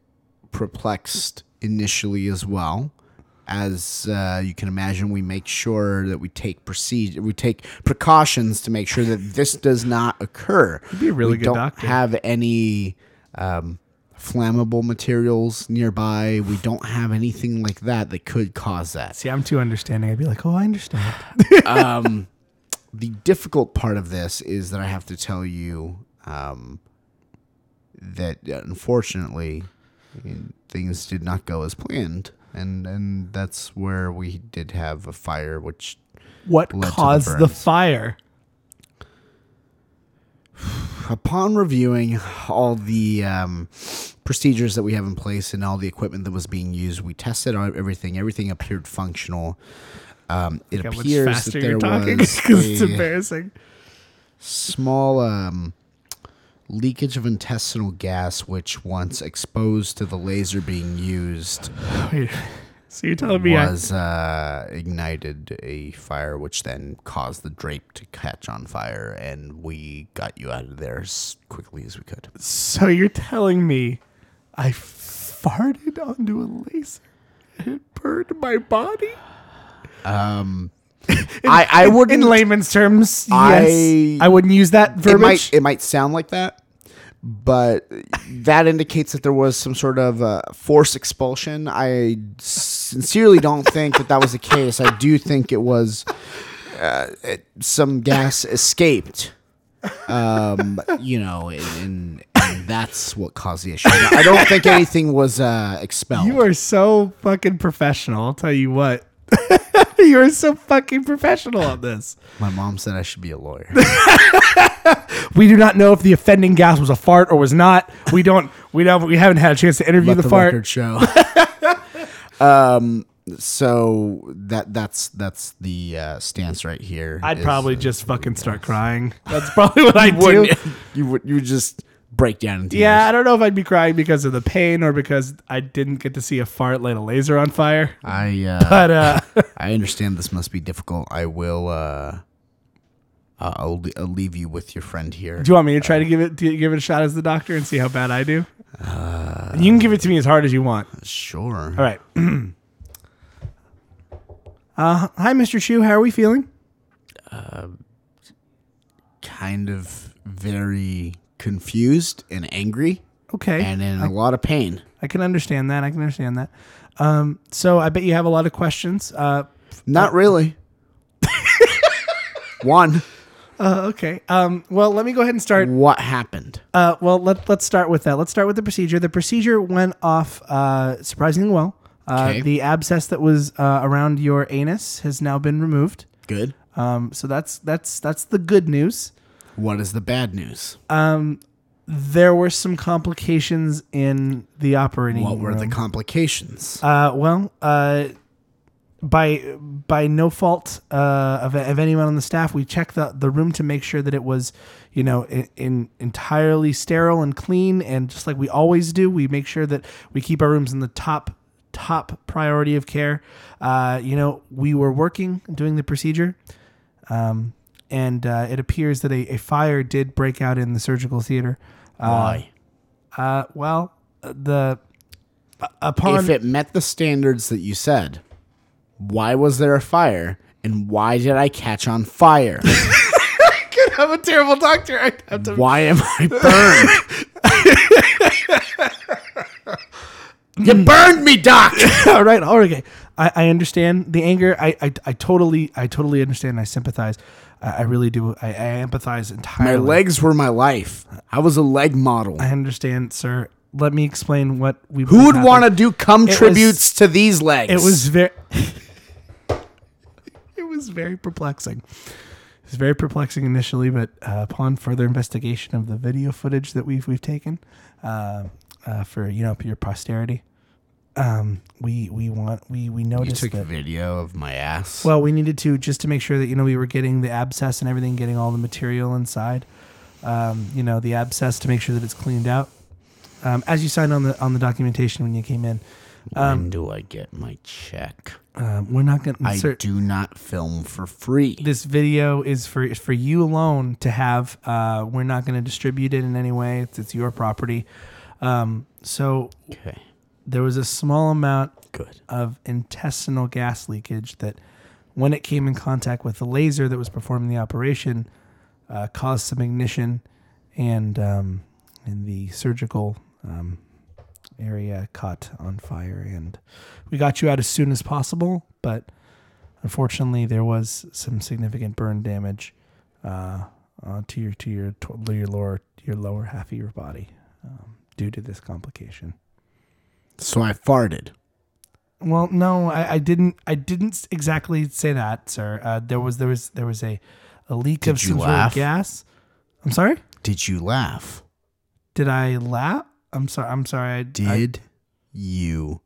Speaker 3: perplexed initially as well. As uh, you can imagine, we make sure that we take procedure, we take precautions to make sure that this does not occur. You'd
Speaker 2: be a really
Speaker 3: we
Speaker 2: good
Speaker 3: don't
Speaker 2: doctor.
Speaker 3: Have any um, flammable materials nearby? We don't have anything like that that could cause that.
Speaker 2: See, I'm too understanding. I'd be like, oh, I understand.
Speaker 3: the difficult part of this is that I have to tell you um, that uh, unfortunately things did not go as planned, and and that's where we did have a fire, which
Speaker 2: What
Speaker 3: Led to the
Speaker 2: caused the,
Speaker 3: burns.
Speaker 2: fire?
Speaker 3: upon reviewing all the um, procedures that we have in place and all the equipment that was being used. We tested all- everything. Everything appeared functional. Um, it
Speaker 2: God, much
Speaker 3: appears that
Speaker 2: faster
Speaker 3: there
Speaker 2: you're talking
Speaker 3: was
Speaker 2: because it's
Speaker 3: a
Speaker 2: embarrassing.
Speaker 3: small um, leakage of intestinal gas, which once exposed to the laser being used,
Speaker 2: Wait, so you're telling me I,
Speaker 3: was uh, ignited a fire, which then caused the drape to catch on fire, and we got you out of there as quickly as we could.
Speaker 2: so you're telling me I farted onto a laser and it burned my body?
Speaker 3: I, I
Speaker 2: In
Speaker 3: wouldn't.
Speaker 2: layman's terms,
Speaker 3: I-
Speaker 2: yes. I wouldn't use that
Speaker 3: it
Speaker 2: verbiage.
Speaker 3: might it might sound like that, but that indicates that there was some sort of uh, force expulsion. I sincerely don't think that that was the case. I do think it was uh, it, some gas escaped. Um, you know, and, and, and that's what caused the issue. I don't think anything was uh, expelled.
Speaker 2: You are so fucking professional. I'll tell you what. you are so fucking professional on this.
Speaker 3: My mom said I should be a lawyer.
Speaker 2: We do not know if the offending gas was a fart or was not. We don't. We don't. We haven't had a chance to interview
Speaker 3: Let
Speaker 2: the, fart.
Speaker 3: record show. um, so that that's that's the uh, stance right here.
Speaker 2: I'd
Speaker 3: is-
Speaker 2: probably just fucking start crying. That's probably what I do.
Speaker 3: Wouldn't- you would you would just break down in tears.
Speaker 2: Yeah, I don't know if I'd be crying because of the pain or because I didn't get to see a fart light a laser on fire.
Speaker 3: I uh,
Speaker 2: But uh,
Speaker 3: I understand this must be difficult. I will. Uh, uh, I'll, I'll leave you with your friend here.
Speaker 2: do you want me to try to give it to give it a shot as the doctor and see how bad I do?
Speaker 3: Uh,
Speaker 2: you can give it to me as hard as you want.
Speaker 3: sure.
Speaker 2: All right. uh, hi, Mr. Chu. How are we feeling?
Speaker 3: Kind of very confused and angry,
Speaker 2: Okay.
Speaker 3: and in a lot of pain.
Speaker 2: I can understand that. I can understand that. Um, so I bet you have a lot of questions. Uh,
Speaker 3: Not really. One.
Speaker 2: uh, okay. Um, well, let me go ahead and start.
Speaker 3: What happened?
Speaker 2: Uh, well, let, let's start with that. Let's start with the procedure. The procedure went off uh, surprisingly well. Uh,
Speaker 3: Okay.
Speaker 2: The abscess that was uh, around your anus has now been removed.
Speaker 3: Good.
Speaker 2: Um, so that's that's that's the good news.
Speaker 3: What is the bad news?
Speaker 2: There were some complications in the operating
Speaker 3: what were
Speaker 2: room.
Speaker 3: the complications?
Speaker 2: Uh, well, uh, by by no fault uh, of, of anyone on the staff, we checked the, the room to make sure that it was, you know, in, in entirely sterile and clean. And just like we always do, we make sure that we keep our rooms in the top top priority of care. Uh, you know, we were working doing the procedure. Um, and uh, it appears that a, a fire did break out in the surgical theater.
Speaker 3: Why?
Speaker 2: Uh, well, the uh, upon
Speaker 3: if it met the standards that you said, why was there a fire? And why did I catch on fire?
Speaker 2: I'm a terrible doctor. I have to.
Speaker 3: why am I burned? you burned me, Doc!
Speaker 2: all right, all right. Okay. I, I understand the anger. I, I, I totally, I totally understand. I sympathize. I, I really do. I, I empathize
Speaker 3: My
Speaker 2: entirely.
Speaker 3: legs were my life. I was a leg model.
Speaker 2: I understand, sir. Let me explain what we.
Speaker 3: Who would want to do cum
Speaker 2: was-
Speaker 3: tributes to these legs?
Speaker 2: It was very. it was very perplexing. It was very perplexing initially, but uh, upon further investigation of the video footage that we've we've taken uh, uh, for you know your posterity, um, we we want we we
Speaker 3: You
Speaker 2: noticed
Speaker 3: took
Speaker 2: that.
Speaker 3: video of my ass.
Speaker 2: Well, we needed to just to make sure that you know we were getting the abscess and everything, getting all the material inside. Um, you know the abscess to make sure that it's cleaned out, um, as you signed on the on the documentation when you came in.
Speaker 3: when do I get my check?
Speaker 2: Um, we're not going to
Speaker 3: I
Speaker 2: insert.
Speaker 3: do not film for free.
Speaker 2: This video is for for you alone to have. Uh, we're not going to distribute it in any way. It's, it's your property. Um, so
Speaker 3: Okay,
Speaker 2: there was a small amount
Speaker 3: good.
Speaker 2: of intestinal gas leakage that, when it came in contact with the laser that was performing the operation, uh, caused some ignition, and um, and the surgical um, area caught on fire. And we got you out as soon as possible, but unfortunately, there was some significant burn damage uh, uh, to your to your to your lower your lower half of your body um, due to this complication.
Speaker 3: So I farted.
Speaker 2: Well, no, I, I didn't. I didn't exactly say that, sir. Uh, there was there was there was a, a leak of
Speaker 3: Did you
Speaker 2: some sort of
Speaker 3: laugh?
Speaker 2: gas. I'm sorry.
Speaker 3: Did you laugh?
Speaker 2: Did I laugh? Uh, I'm sorry. I'm sorry. I I-
Speaker 3: Did you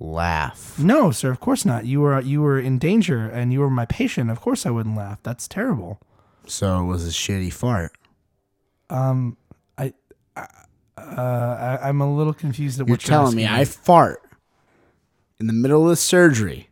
Speaker 3: laugh?
Speaker 2: no, sir. Of course not. You were you were in danger, and you were my patient. Of course, I wouldn't laugh. That's terrible.
Speaker 3: So it was a shitty fart.
Speaker 2: I, I uh, I, I'm a little confused at
Speaker 3: You're
Speaker 2: what you're
Speaker 3: telling me
Speaker 2: asking
Speaker 3: I fart in the middle of the surgery.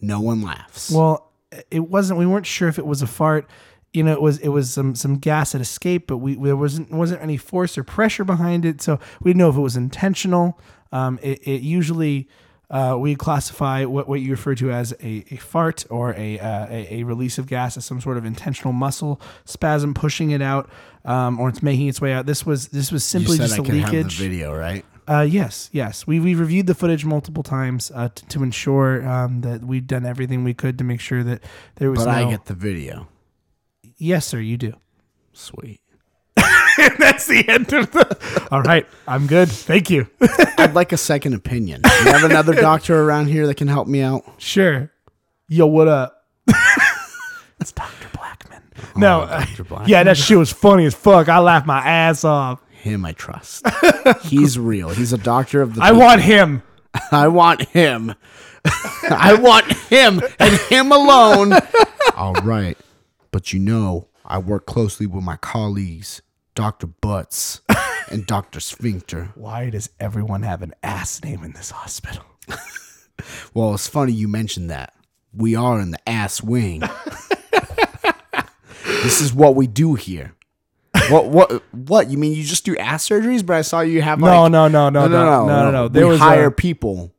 Speaker 3: No one laughs.
Speaker 2: Well, it wasn't. We weren't sure if it was a fart. You know, it was it was some some gas that escaped, but we there wasn't wasn't any force or pressure behind it, so we didn't know if it was intentional. Um, it, it usually uh, we classify what, what you refer to as a, a fart or a, uh, a a release of gas as some sort of intentional muscle spasm pushing it out, um, or it's making its way out. This was this was
Speaker 3: you
Speaker 2: simply
Speaker 3: said
Speaker 2: just
Speaker 3: I
Speaker 2: a
Speaker 3: could have the
Speaker 2: leakage.
Speaker 3: video, right?
Speaker 2: Uh, yes, yes. We we reviewed the footage multiple times uh, t- to ensure um, that we'd done everything we could to make sure that there was
Speaker 3: But
Speaker 2: no.
Speaker 3: I get the video.
Speaker 2: yes, sir. You do.
Speaker 3: Sweet.
Speaker 2: That's the end of the. All right, I'm good. Thank you.
Speaker 3: I'd like a second opinion. Do You have another doctor around here that can help me out?
Speaker 2: Sure. Yo, what up? it's Doctor Blackman.
Speaker 3: Oh,
Speaker 2: no, uh,
Speaker 3: Dr. Black.
Speaker 2: yeah, that shit was funny as fuck. I laughed my ass off.
Speaker 3: Him I trust. He's real. He's a doctor of the
Speaker 2: I want him.
Speaker 3: I want him. I want him and him alone. All right. But you know, I work closely with my colleagues, Dr. Butts and Dr. Sphincter.
Speaker 2: Why does everyone have an ass name in this hospital?
Speaker 3: Well, it's funny you mentioned that. We are in the ass wing. this is what we do here. What what what? You mean you just do ass surgeries? But I saw you have
Speaker 2: No,
Speaker 3: like,
Speaker 2: no, no, no, no, no, no, no. There
Speaker 3: we
Speaker 2: was a-
Speaker 3: hire people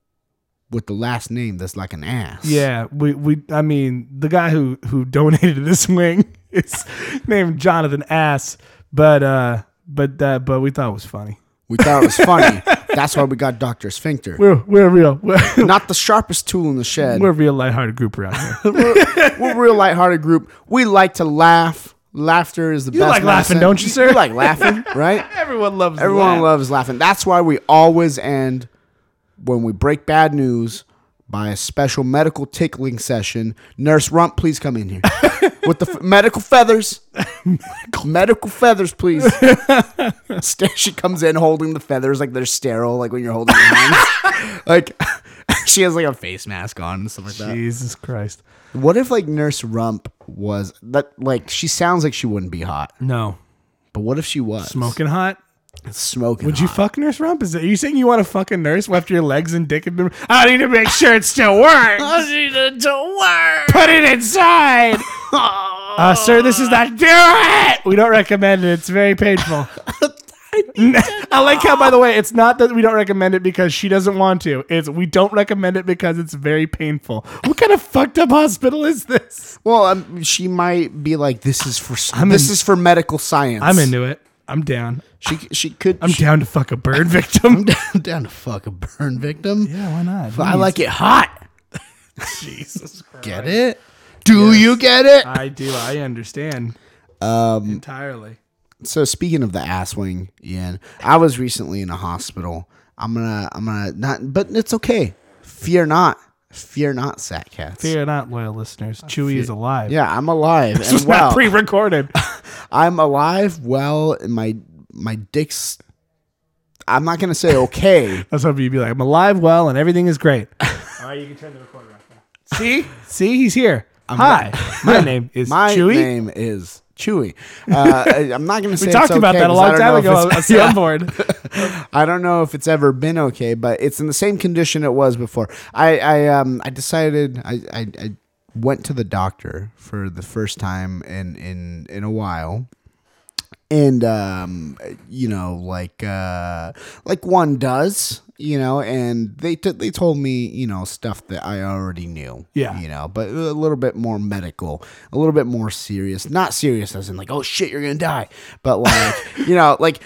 Speaker 3: with the last name that's like an ass.
Speaker 2: Yeah, we, we I mean the guy who who donated to this wing is named Jonathan Ass, but uh but that but we thought it was funny.
Speaker 3: We thought it was funny. That's why we got Doctor Sphincter.
Speaker 2: We're we're real we're,
Speaker 3: Not the sharpest tool in the shed.
Speaker 2: we're a
Speaker 3: We're,
Speaker 2: real lighthearted group around here.
Speaker 3: we're a real lighthearted group. We like to laugh. Laughter is the best.
Speaker 2: like laughing,
Speaker 3: medicine.
Speaker 2: don't you, sir?
Speaker 3: You like laughing, right?
Speaker 2: Everyone loves
Speaker 3: Everyone loves laughing. That's why we always end when we break bad news by a special medical tickling session. Nurse Rump, please come in here with the f- medical feathers. medical feathers, please. Sta- she comes in holding the feathers like they're sterile, like when you're holding your hands. like she has like a face mask on and stuff like that.
Speaker 2: Jesus Christ.
Speaker 3: What if like Nurse Rump was that? Like she sounds like she wouldn't be hot,
Speaker 2: No.
Speaker 3: but what if she was
Speaker 2: Smoking hot?
Speaker 3: Smoking.
Speaker 2: Would you
Speaker 3: hot.
Speaker 2: fuck Nurse Rump? Is that, are you saying you want to fuck a nurse after your legs and dick have been I need to make sure it still works. Put it inside. uh, sir, this is not do it. We don't recommend it. It's very painful. I like how, by the way, it's not that we don't recommend it because she doesn't want to. It's we don't recommend it because it's very painful. What kind of fucked up hospital is this?
Speaker 3: Well, um, she might be like, "This is for
Speaker 2: I'm
Speaker 3: this
Speaker 2: in-
Speaker 3: is for medical science."
Speaker 2: I'm into it. I'm down.
Speaker 3: She she could.
Speaker 2: I'm
Speaker 3: she-
Speaker 2: down to fuck a bird victim.
Speaker 3: I'm down to fuck a burn victim.
Speaker 2: yeah, why not?
Speaker 3: but I like it hot.
Speaker 2: Jesus Christ.
Speaker 3: Get it? Do you get it?
Speaker 2: I do. I understand. Um, entirely.
Speaker 3: so speaking of the ass wing, Ian, I was recently in a hospital. I'm gonna I'm gonna not, but it's okay. Fear not. Fear not, sat cats.
Speaker 2: Fear not, loyal listeners. Chewy is alive.
Speaker 3: Yeah, I'm alive
Speaker 2: It's
Speaker 3: and
Speaker 2: not
Speaker 3: well.
Speaker 2: pre-recorded.
Speaker 3: I'm alive, well, and my my dick's. I'm not gonna say okay.
Speaker 2: That's hoping you'd be like, I'm alive, well, and everything is great. All right, you can turn the recorder off now. See, see, he's here. Hi, my name is
Speaker 3: My
Speaker 2: Chewy.
Speaker 3: name is Chewy. Uh, I- I'm not going to say
Speaker 2: we talked
Speaker 3: it's
Speaker 2: about
Speaker 3: okay
Speaker 2: that a
Speaker 3: 'cause I
Speaker 2: long
Speaker 3: don't
Speaker 2: time
Speaker 3: know if
Speaker 2: ago on a
Speaker 3: it's- yeah,
Speaker 2: soundboard.
Speaker 3: I don't know if it's ever been okay, but it's in the same condition it was before. I I um I decided I I, I went to the doctor for the first time in in in a while. And um, you know, like uh, like one does, you know, and they t- they told me, you know, stuff that I already knew,
Speaker 2: Yeah.
Speaker 3: you know, but a little bit more medical, a little bit more serious, not serious as in like, oh shit, you're gonna die, but like, you know, like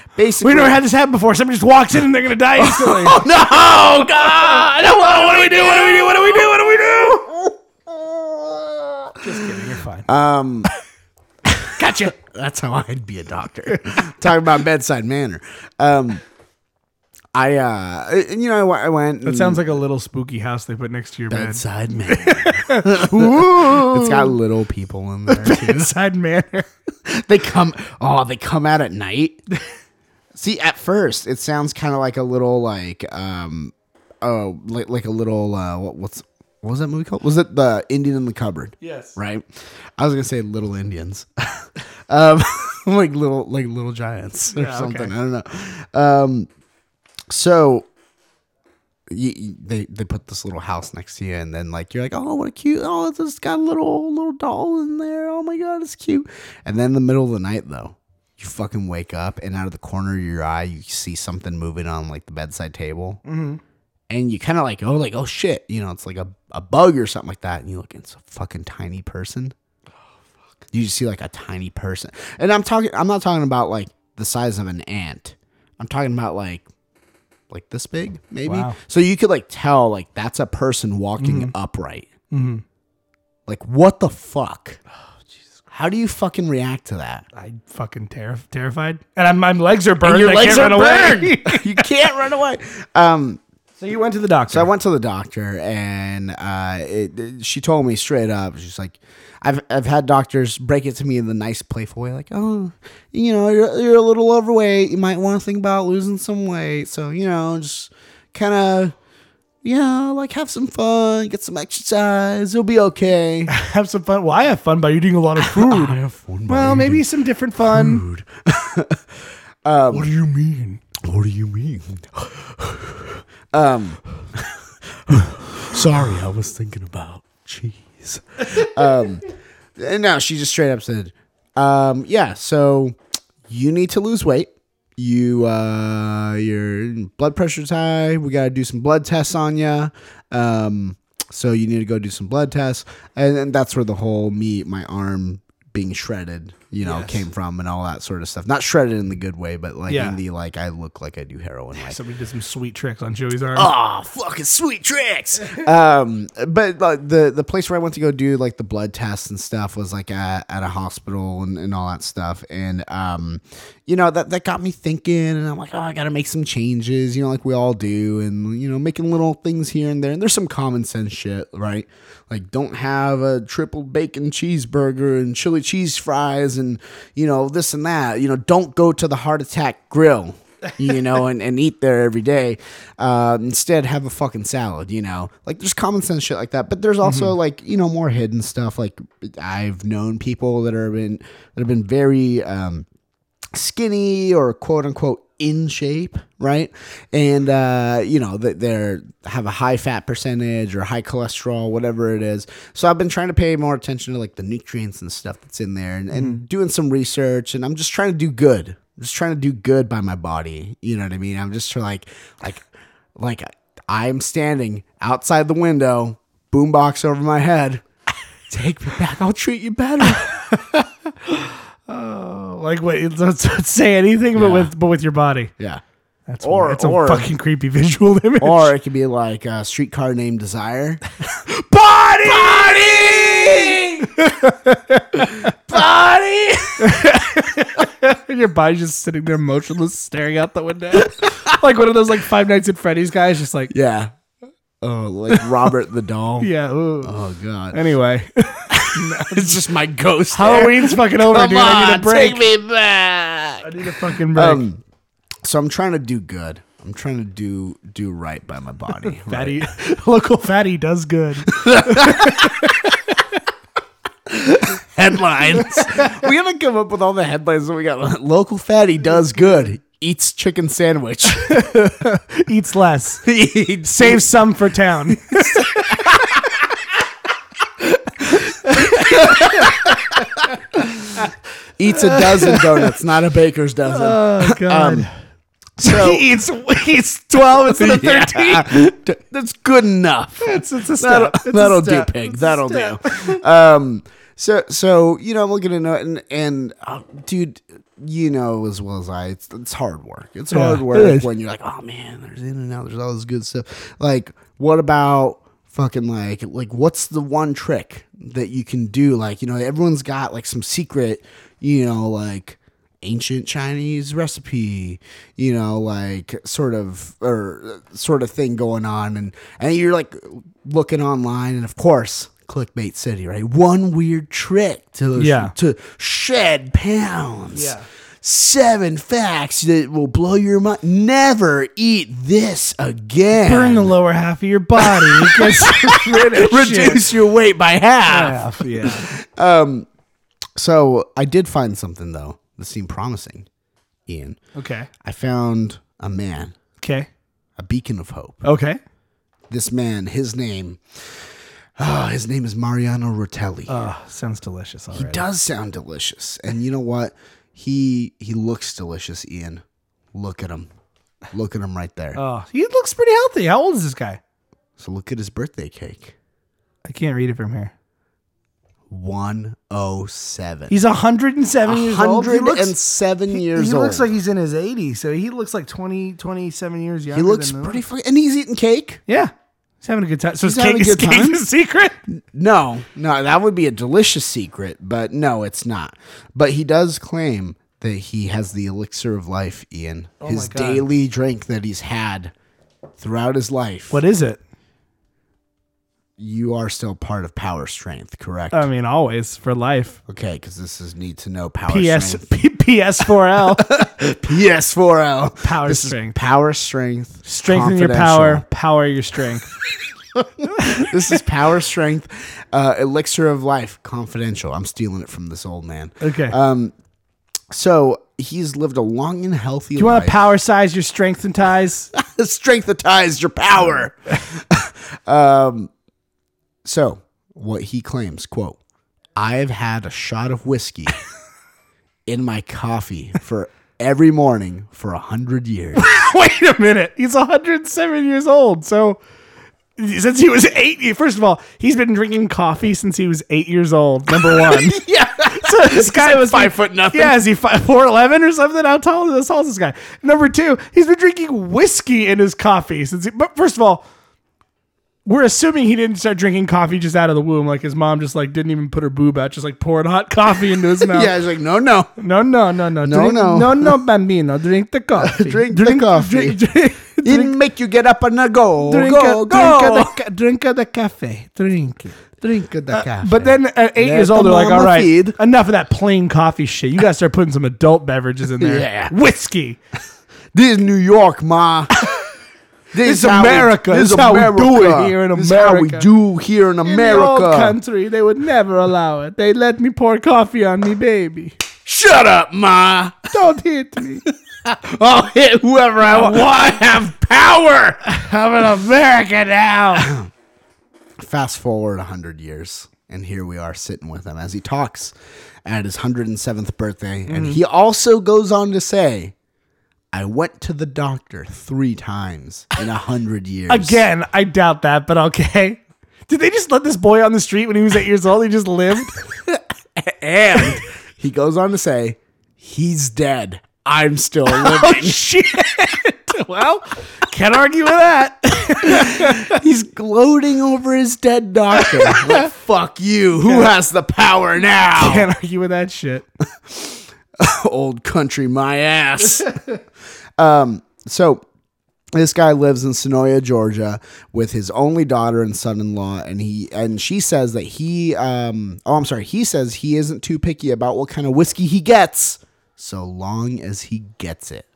Speaker 2: We
Speaker 3: basically,
Speaker 2: never had this happen before. Somebody just walks in and they're gonna die instantly. oh no, God! what do we do? What do we do? What do we do? What do we do? Just kidding. You're fine.
Speaker 3: Um,
Speaker 2: Gotcha.
Speaker 3: that's how I'd be a doctor. Talking about bedside manner. Um, I, uh, and, you know, I went.
Speaker 2: That sounds like a little spooky house they put next to your bed.
Speaker 3: bedside manner. it's got little people in there. too.
Speaker 2: Inside manner.
Speaker 3: they come. Oh, they come out at night. See, at first it sounds kind of like a little like um oh like like a little uh what, what's what was that movie called? Was it the Indian in the cupboard?
Speaker 2: Yes.
Speaker 3: Right. I was gonna say Little Indians, um, like little like little giants or
Speaker 2: Yeah, okay.
Speaker 3: something. I don't know. Um, so you, you- they they put this little house next to you, and then like you're like, oh, what a cute! Oh, it's just got a little little doll in there. Oh my god, it's cute. And then in the middle of the night, though, you fucking wake up, and out of the corner of your eye, you see something moving on like the bedside table, and you kind of like, oh, like oh shit, you know, it's like a a bug or something like that, and you look, it's a fucking tiny person. You just see like a tiny person, and I'm talking. I'm not talking about like the size of an ant. I'm talking about like like this big, maybe.
Speaker 2: Wow.
Speaker 3: So you could like tell like that's a person walking upright. Like what the fuck? How do you fucking react to that?
Speaker 2: I fucking terri terrified, and I'm, my legs are burned.
Speaker 3: your
Speaker 2: I
Speaker 3: legs
Speaker 2: can't
Speaker 3: are
Speaker 2: run away.
Speaker 3: you can't run away. Um,
Speaker 2: so you went to the doctor.
Speaker 3: So I went to the doctor, and uh, it, it- she told me straight up, she's like, "I've I've had doctors break it to me in the nice, playful way, like, oh, you know, you're, you're a little overweight. You might want to think about losing some weight. So you know, just kind of." You know, like have some fun, get some exercise, you'll be okay.
Speaker 2: have some fun. Well, I have fun by eating a lot of food. well, maybe some different fun.
Speaker 3: what do you mean? What do you mean? um, sorry, I was thinking about cheese. um, no, she just straight up said, um, yeah, so you need to lose weight. You, uh, your blood pressure's high. We got to do some blood tests on you. Um, so you need to go do some blood tests. And, and that's where the whole me, my arm being shredded, you know, came from and all that sort of stuff. Not shredded in the good way, but like
Speaker 2: Yeah.
Speaker 3: in the, like, I look like I do heroin. Like,
Speaker 2: Somebody did some sweet tricks on Joey's arm.
Speaker 3: oh fucking sweet tricks um but like the the place where i went to go do like the blood tests and stuff was like at, at a hospital and, and all that stuff and um you know that that got me thinking and i'm like oh i gotta make some changes you know like we all do and you know making little things here and there and there's some common sense shit right like don't have a triple bacon cheeseburger and chili cheese fries and you know this and that you know don't go to the heart attack grill you know, and, and eat there every day. Um, instead, have a fucking salad, you know. Like, there's common sense shit like that. But there's also like you know more hidden stuff. Like, I've known people that are been that have been very um, skinny or quote unquote in shape, right? And uh, you know that they're have a high fat percentage or high cholesterol, whatever it is. So I've been trying to pay more attention to like the nutrients and stuff that's in there, and, and doing some research. And I'm just trying to do good. I'm just trying to do good by my body. You know what I mean? I'm just trying like like like I'm standing outside the window, boombox over my head. Take me back. I'll treat you better.
Speaker 2: Oh, Like, wait, let's, let's say anything, but
Speaker 3: Yeah.
Speaker 2: with but with your body.
Speaker 3: yeah.
Speaker 2: That's
Speaker 3: Or-
Speaker 2: it's a
Speaker 3: or-
Speaker 2: fucking creepy visual image.
Speaker 3: Or it could be like a streetcar named Desire. Party! Party! Party!
Speaker 2: your body's just sitting there motionless, staring out the window, like one of those like Five Nights at Freddy's guys, just like
Speaker 3: Yeah. Oh, like Robert the Doll.
Speaker 2: yeah. ooh.
Speaker 3: Oh god.
Speaker 2: Anyway,
Speaker 3: It's just my ghost.
Speaker 2: Halloween's fucking over,
Speaker 3: Come
Speaker 2: dude. I need a
Speaker 3: on,
Speaker 2: break. Oh,
Speaker 3: take me back.
Speaker 2: I need a fucking break.
Speaker 3: Um, so I'm trying to do good. I'm trying to do do right by my body. right?
Speaker 2: fatty, local fatty does good.
Speaker 3: headlines. we gotta come up with all the headlines that we got. Local fatty does good. Eats chicken sandwich.
Speaker 2: Eats less,
Speaker 3: Eats
Speaker 2: saves some for town.
Speaker 3: eats a dozen donuts, not a baker's dozen. Um,
Speaker 2: Oh god.
Speaker 3: so
Speaker 2: he eats he eats twelve instead of
Speaker 3: Yeah.
Speaker 2: thirteen.
Speaker 3: D- that's good enough.
Speaker 2: It's, it's a
Speaker 3: That'll,
Speaker 2: step. It's a
Speaker 3: that'll do,
Speaker 2: step.
Speaker 3: pig.
Speaker 2: It's a
Speaker 3: That'll
Speaker 2: step.
Speaker 3: do. Um, so so you know I'm looking into it, and and uh, dude, you know as well as I, it's, it's hard work. It's hard
Speaker 2: it
Speaker 3: work
Speaker 2: is.
Speaker 3: when you're like, oh man, there's in and out, there's all this good stuff. Like, what about fucking like like what's the one trick that you can do? Like, you know, everyone's got like some secret, you know, like ancient Chinese recipe, you know, like sort of or uh, sort of thing going on, and and you're like looking online, and of course, clickbait city, right? One weird trick to
Speaker 2: Yeah.
Speaker 3: to shed pounds.
Speaker 2: Yeah.
Speaker 3: seven facts that will blow your mind. Never eat this again.
Speaker 2: Burn the lower half of your body. Because
Speaker 3: Reduce your weight by half.
Speaker 2: yeah.
Speaker 3: So I did find something though that seemed promising, Ian.
Speaker 2: Okay.
Speaker 3: I found a man,
Speaker 2: Okay.
Speaker 3: a beacon of hope.
Speaker 2: Okay.
Speaker 3: This man, his name, ah, his name is Mariano Rotelli.
Speaker 2: Oh, sounds delicious
Speaker 3: he
Speaker 2: already.
Speaker 3: does sound delicious, and you know what? He he looks delicious, Ian. Look at him, look at him right there.
Speaker 2: Oh, he looks pretty healthy. How old is this guy?
Speaker 3: so look at his birthday cake.
Speaker 2: I can't read it from here.
Speaker 3: 107.
Speaker 2: He's 107 years old. He looks,
Speaker 3: 107 years
Speaker 2: he
Speaker 3: old.
Speaker 2: looks like he's in his 80s, so he looks like 20, 27 years younger.
Speaker 3: he looks
Speaker 2: than the-
Speaker 3: pretty fucking, and he's eating cake.
Speaker 2: Yeah. He's having a good time. So
Speaker 3: He's
Speaker 2: is cake,
Speaker 3: having a
Speaker 2: is
Speaker 3: good
Speaker 2: cake
Speaker 3: time?
Speaker 2: the secret?
Speaker 3: No, no, that would be a delicious secret, but no, it's not. But he does claim that he has the elixir of life, Ian. his
Speaker 2: Oh God.
Speaker 3: daily drink that he's had throughout his life.
Speaker 2: What is it?
Speaker 3: You are still part of power strength, correct?
Speaker 2: I mean, always for life.
Speaker 3: okay, because this is need to know power
Speaker 2: PS
Speaker 3: strength.
Speaker 2: P- PS4L.
Speaker 3: PS4L.
Speaker 2: Power
Speaker 3: oh. This is
Speaker 2: strength.
Speaker 3: power strength.
Speaker 2: Strengthen your power, power your strength.
Speaker 3: this is power strength uh, elixir of life confidential i'm stealing it from this old man
Speaker 2: Okay.
Speaker 3: Um, so he's lived a long and healthy
Speaker 2: you want
Speaker 3: life
Speaker 2: to power size your strength and ties?
Speaker 3: strengthatize your power um, so what he claims quote i've had a shot of whiskey in my coffee for every morning for a hundred years
Speaker 2: Wait a minute. He's 107 years old. So since he was eight, first of all, he's been drinking coffee since he was eight years old. Number one.
Speaker 3: yeah
Speaker 2: so this guy was
Speaker 3: five foot nothing.
Speaker 2: Yeah, is he five four eleven or something? How tall is this, how tall is this guy? Number two, he's been drinking whiskey in his coffee since. He, but first of all, we're assuming he didn't start drinking coffee just out of the womb. Like his mom just like didn't even put her boob out, just like poured hot coffee into his mouth.
Speaker 3: yeah he's like no no
Speaker 2: No, no, no, no, drink,
Speaker 3: no.
Speaker 2: no, no, bambino, drink the coffee,
Speaker 3: Drink the coffee.
Speaker 2: drink, drink,
Speaker 3: didn't make you get up and a go
Speaker 2: drink,
Speaker 3: go
Speaker 2: a-
Speaker 3: go
Speaker 2: drink, a- drink the cafe, drink it.
Speaker 3: drink the cafe.
Speaker 2: But then at eight
Speaker 3: Let
Speaker 2: years old,
Speaker 3: the
Speaker 2: they're like,
Speaker 3: mama
Speaker 2: all right,
Speaker 3: feed."
Speaker 2: enough of that plain coffee shit. You guys start putting some adult beverages in there.
Speaker 3: Yeah.
Speaker 2: Whiskey.
Speaker 3: this is New York, ma.
Speaker 2: This America. This how we do it here in
Speaker 3: This is how we
Speaker 2: America.
Speaker 3: do here in
Speaker 2: In the old
Speaker 3: America.
Speaker 2: country, they would never allow it. They let me pour coffee on me, baby.
Speaker 3: Shut up, ma.
Speaker 2: Don't hit me.
Speaker 3: I'll hit whoever I want. I have power.
Speaker 2: I'm an American now.
Speaker 3: Fast forward a hundred years, and here we are sitting with him as he talks at his hundred and seventh birthday, and he also goes on to say. I went to the doctor three times in a hundred years.
Speaker 2: Again, I doubt that, but okay. Did they just let this boy on the street when he was eight years old? He just lived.
Speaker 3: And he goes on to say, he's dead. I'm still living.
Speaker 2: Oh shit! well, can't argue with that.
Speaker 3: He's gloating over his dead doctor. like, fuck you. Who has the power now?
Speaker 2: Can't argue with that shit.
Speaker 3: Old country, my ass. um, so this guy lives in Sonoya, Georgia, with his only daughter and son-in-law, and he and she says that he. Um, oh, I'm sorry. He says he isn't too picky about what kind of whiskey he gets, so long as he gets it.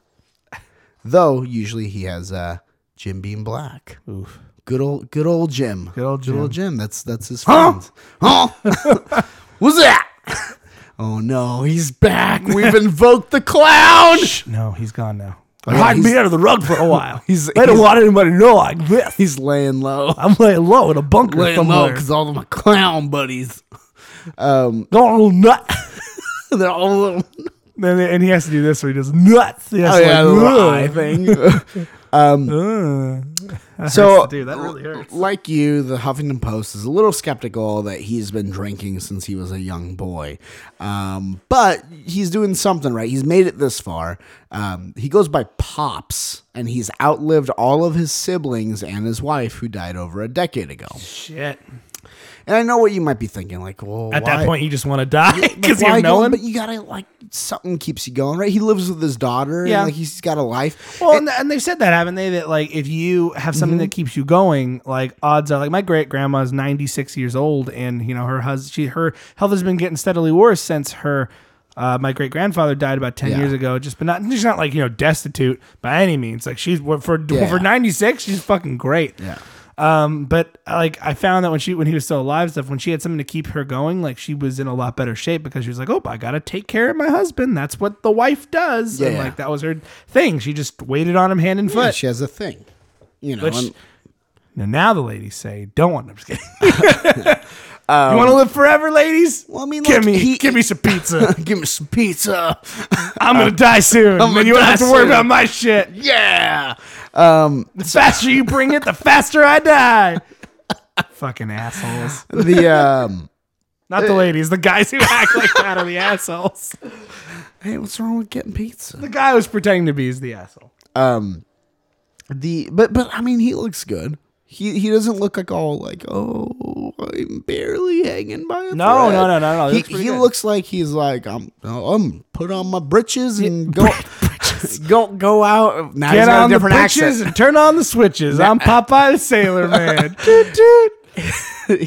Speaker 3: Though usually he has uh, Jim Beam Black. Oof. Good old, good old Jim. Good
Speaker 2: old
Speaker 3: good old Jim. That's that's his friend. Huh? What's that? Oh no, he's back. We've invoked the clown.
Speaker 2: No, he's gone now.
Speaker 3: yeah,
Speaker 2: Hide me
Speaker 3: he's-
Speaker 2: under the rug for a while.
Speaker 3: He's-
Speaker 2: I don't
Speaker 3: he's-
Speaker 2: want anybody to know like this.
Speaker 3: He's laying low.
Speaker 2: I'm laying low in a bunker
Speaker 3: Laying low
Speaker 2: somewhere.
Speaker 3: because all of my clown buddies,
Speaker 2: Going a little nut.
Speaker 3: they're all little.
Speaker 2: and, and he has to do this where he does nuts. He has
Speaker 3: Oh
Speaker 2: to
Speaker 3: yeah, the little eye
Speaker 2: like,
Speaker 3: thing.
Speaker 2: "Ugh." That
Speaker 3: So-
Speaker 2: hurts to do. that really hurts.
Speaker 3: like you, the Huffington Post is a little skeptical that he's been drinking since he was a young boy. Um, but he's doing something right. He's made it this far. Um, he goes by Pops, and he's outlived all of his siblings and his wife, who died over a decade ago.
Speaker 2: Shit.
Speaker 3: And I know what you might be thinking, like, well,
Speaker 2: At
Speaker 3: why-
Speaker 2: that point, you just want to die because
Speaker 3: why
Speaker 2: you're
Speaker 3: go-
Speaker 2: knowing.
Speaker 3: But you gotta like something keeps you going, right? He lives with his daughter.
Speaker 2: Yeah.
Speaker 3: and, like he's got a life.
Speaker 2: Well, and, and they've said that, haven't they? That like if you have something
Speaker 3: Mm-hmm.
Speaker 2: that keeps you going, like odds are, like my great grandma's ninety six years old, and you know her husband, she her health has been getting steadily worse since her Uh, my great grandfather died about ten
Speaker 3: Yeah.
Speaker 2: years ago. Just but not she's not like you know destitute by any means. Like she's for for
Speaker 3: Yeah.
Speaker 2: ninety six, she's fucking great.
Speaker 3: Yeah.
Speaker 2: Um, but like I found that when she when he was still alive, stuff when she had something to keep her going, like she was in a lot better shape because she was like, oh, I gotta take care of my husband. That's what the wife does. and
Speaker 3: Yeah.
Speaker 2: like that was her thing. She just waited on him hand and foot.
Speaker 3: she has a thing. You know,
Speaker 2: Which-
Speaker 3: and-
Speaker 2: now, now the ladies say, don't want. I'm just kidding. you want to live forever, ladies?
Speaker 3: Well, I mean,
Speaker 2: give
Speaker 3: look,
Speaker 2: me
Speaker 3: he-
Speaker 2: give me some pizza.
Speaker 3: give me some pizza.
Speaker 2: I'm gonna die soon.
Speaker 3: gonna
Speaker 2: and you won't
Speaker 3: die
Speaker 2: have to worry
Speaker 3: soon.
Speaker 2: about my shit.
Speaker 3: yeah. Um,
Speaker 2: The faster you bring it, the faster I die. Fucking assholes.
Speaker 3: the um,
Speaker 2: Not the ladies. The guys who act like that are the assholes.
Speaker 3: hey, what's wrong with getting pizza?
Speaker 2: The guy who's pretending to be is the asshole.
Speaker 3: Um, the but but I mean, he looks good. He he doesn't look like all like oh I'm barely hanging by
Speaker 2: No,
Speaker 3: a thread."
Speaker 2: no, no, no, no, he
Speaker 3: He,
Speaker 2: looks pretty
Speaker 3: he
Speaker 2: good.
Speaker 3: looks like he's like I'm I'm put on my britches and go go go out. Now he's
Speaker 2: Get
Speaker 3: got a
Speaker 2: on the
Speaker 3: different
Speaker 2: switches
Speaker 3: accent.
Speaker 2: and turn on the switches. I'm Popeye the Sailor Man. Toot, toot.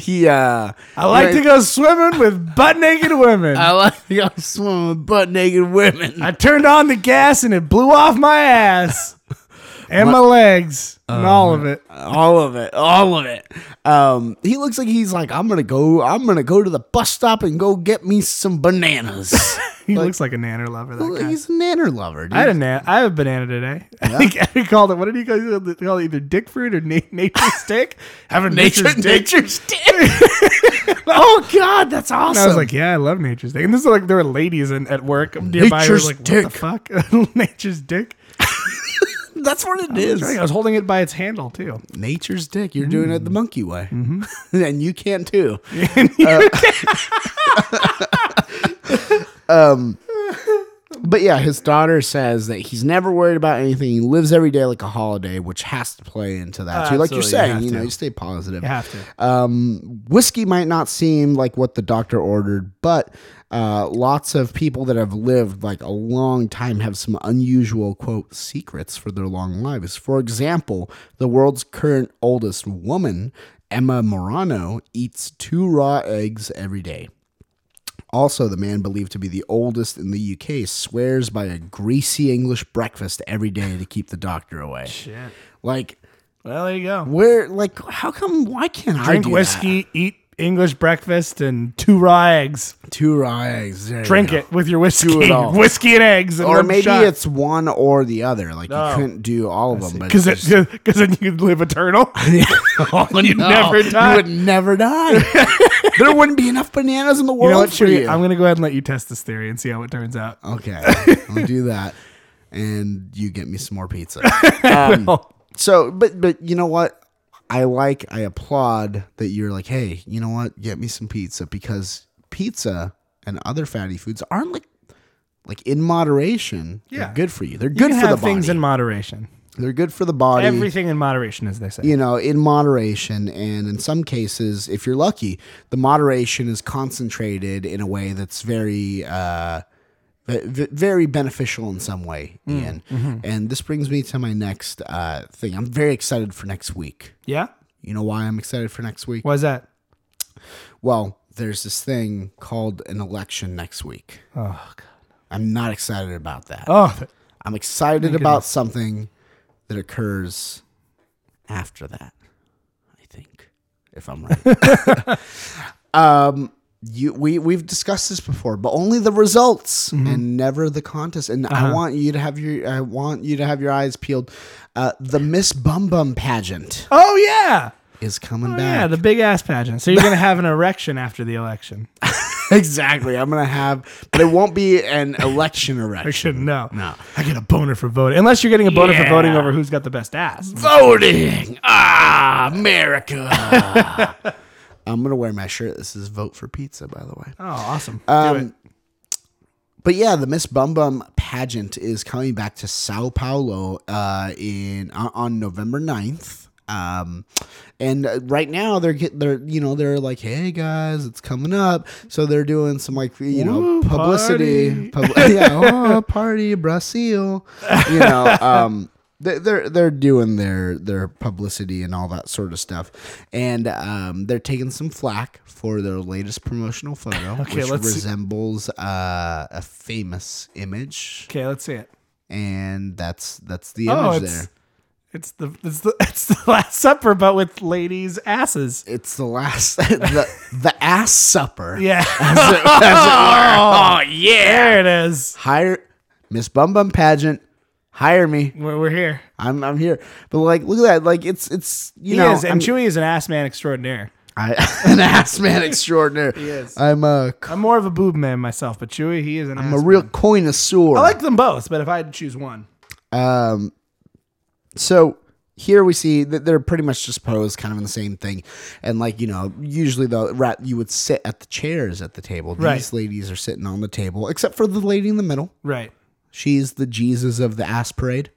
Speaker 3: he uh,
Speaker 2: I like to go swimming with butt naked women.
Speaker 3: I like to go swimming with butt naked women.
Speaker 2: I turned on the gas and it blew off my ass and my legs and
Speaker 3: Oh,
Speaker 2: all of it.
Speaker 3: all of it all of it um he looks like he's like i'm gonna go i'm gonna go to the bus stop and go get me some bananas
Speaker 2: He looks like a nanner lover. That guy.
Speaker 3: he's a nanner lover dude.
Speaker 2: I had a nan- I have a banana today. I think I called it. What did he call it? He called it either dick fruit or na- nature's dick. Having nature's dick.
Speaker 3: nature's dick oh god that's
Speaker 2: And
Speaker 3: awesome
Speaker 2: I was like, yeah, I love nature's dick. And this is like there were ladies in, at work nearby. who were
Speaker 3: Nature's
Speaker 2: like, what the fuck? nature's dick.
Speaker 3: that's what it
Speaker 2: I think
Speaker 3: is
Speaker 2: I was holding it by its handle too.
Speaker 3: nature's dick you're doing it the monkey way and Mm. Mm-hmm. you can too Uh, Um, But yeah, his daughter says that he's never worried about anything. He lives every day like a holiday, which has to play into that too. Like
Speaker 2: Absolutely,
Speaker 3: you're
Speaker 2: you
Speaker 3: saying,
Speaker 2: have
Speaker 3: you, know,
Speaker 2: to.
Speaker 3: you stay positive.
Speaker 2: You have to.
Speaker 3: Um, whiskey might not seem like what the doctor ordered, but uh, lots of people that have lived like a long time have some unusual quote secrets for their long lives. For example, the world's current oldest woman, Emma Morano, eats two raw eggs every day. Also, the man believed to be the oldest in the UK swears by a greasy English breakfast every day to keep the doctor away. Shit. Like,
Speaker 2: Well, there you go.
Speaker 3: where, like, how come, why can't I
Speaker 2: Drink
Speaker 3: do
Speaker 2: whiskey, eat English breakfast, and two raw eggs.
Speaker 3: that? Two raw eggs. there you
Speaker 2: Drink
Speaker 3: go.
Speaker 2: it with your whiskey.
Speaker 3: Do it all.
Speaker 2: Whiskey and eggs. And
Speaker 3: Or
Speaker 2: one
Speaker 3: maybe
Speaker 2: shot.
Speaker 3: it's one or the other. Like,
Speaker 2: No.
Speaker 3: you couldn't do all of them. but
Speaker 2: Because
Speaker 3: it's
Speaker 2: because then you could live eternal. you never die.
Speaker 3: Oh, You would never die. there wouldn't be enough bananas in the
Speaker 2: you
Speaker 3: world
Speaker 2: know what,
Speaker 3: for
Speaker 2: Shuri?
Speaker 3: you. Um,
Speaker 2: I'm gonna go ahead and let you test this theory and see how it turns out.
Speaker 3: Okay, I'll do that, and you get me some more pizza. Um, so, but but you know what? I like I applaud that you're like, hey, you know what? Get me some pizza because pizza and other fatty foods aren't like like in moderation. they're
Speaker 2: Yeah.
Speaker 3: good for you. They're
Speaker 2: You
Speaker 3: good
Speaker 2: can
Speaker 3: for the
Speaker 2: have
Speaker 3: body.
Speaker 2: things in moderation.
Speaker 3: they're good for the body.
Speaker 2: Everything in moderation, as they say.
Speaker 3: You know, in moderation, and in some cases, if you're lucky, the moderation is concentrated in a way that's very uh, ve- ve- very beneficial in some way,
Speaker 2: Mm,
Speaker 3: Ian.
Speaker 2: mm-hmm.
Speaker 3: And this brings me to my next uh, thing. I'm very excited for next week.
Speaker 2: Yeah.
Speaker 3: You know why I'm excited for next week?
Speaker 2: Why's that?
Speaker 3: Well, there's this thing called an election next week.
Speaker 2: Oh God.
Speaker 3: I'm not excited about that.
Speaker 2: Oh, th-
Speaker 3: I'm excited about something that occurs after that. I think, if I'm right. um, you we we've discussed this before, but only the results
Speaker 2: Mm-hmm.
Speaker 3: and never the contest. And
Speaker 2: Uh-huh.
Speaker 3: I want you to have your I want you to have your eyes peeled. Uh, the Miss Bum Bum pageant
Speaker 2: oh yeah.
Speaker 3: is coming
Speaker 2: Oh, yeah,
Speaker 3: back.
Speaker 2: the big ass pageant. So you're gonna have an erection after the election.
Speaker 3: exactly. I'm gonna have, but it won't be an election erection.
Speaker 2: Shouldn't know.
Speaker 3: No.
Speaker 2: I get a boner for voting. Unless you're getting a boner for voting over who's got the best ass.
Speaker 3: voting. Ah, America. I'm gonna wear my shirt. This is vote for pizza, by the way.
Speaker 2: Oh, awesome. Do it.
Speaker 3: Um, But yeah, the Miss Bum Bum pageant is coming back to Sao Paulo uh, in on, on November 9th. Um, and uh, right now they're get they're you know they're like hey guys it's coming up so they're doing some like you know
Speaker 2: Woo,
Speaker 3: publicity pub- yeah oh, party Brazil you know um They- They're they're doing their their publicity and all that sort of stuff, and um, they're taking some flack for their latest promotional photo, which
Speaker 2: let's see.
Speaker 3: resembles uh, a famous image,
Speaker 2: Okay, let's see it.
Speaker 3: and that's that's the
Speaker 2: Oh,
Speaker 3: image
Speaker 2: it's
Speaker 3: there.
Speaker 2: it's the it's the it's the Last Supper, but with ladies' asses.
Speaker 3: It's the last the the ass supper.
Speaker 2: Yeah.
Speaker 3: As it- as it were.
Speaker 2: oh yeah, there it is.
Speaker 3: Hire Miss Bum Bum Pageant. Hire me.
Speaker 2: We're, we're here.
Speaker 3: I'm I'm here. But like, look at that. Like, it's it's you
Speaker 2: He
Speaker 3: know,
Speaker 2: is, and
Speaker 3: I'm,
Speaker 2: Chewy is an ass man extraordinaire.
Speaker 3: I, an ass man extraordinaire.
Speaker 2: is.
Speaker 3: I'm a c-
Speaker 2: I'm more of a boob man myself, but Chewy, he is an
Speaker 3: I'm a
Speaker 2: ass
Speaker 3: real coinosaur.
Speaker 2: I like them both, but if I had to choose one,
Speaker 3: um, so here we see that they're pretty much just posed kind of in the same thing, and like you know, usually the rat you would sit at the chairs at the table. These
Speaker 2: Right.
Speaker 3: ladies are sitting on the table, except for the lady in the middle.
Speaker 2: right?
Speaker 3: She's the Jesus of the ass parade.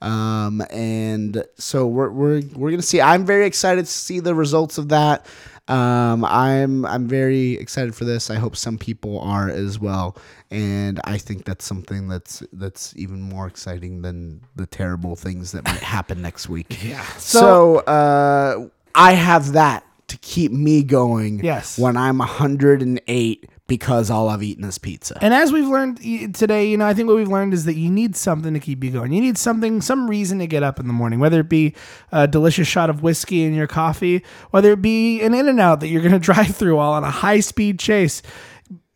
Speaker 3: Um, and so we're, we're, we're going to see, I'm very excited to see the results of that. Um, I'm, I'm very excited for this. I hope some people are as well. And I think that's something that's, that's even more exciting than the terrible things that might happen next week. Yeah. So, uh, I have that to keep me going
Speaker 2: Yes.
Speaker 3: when I'm 108 because all I've eaten is pizza.
Speaker 2: And as we've learned y- today, you know, I think what we've learned is that you need something to keep you going. You need something, some reason to get up in the morning, whether it be a delicious shot of whiskey in your coffee, whether it be an in and out that you're going to drive through while on a high speed chase.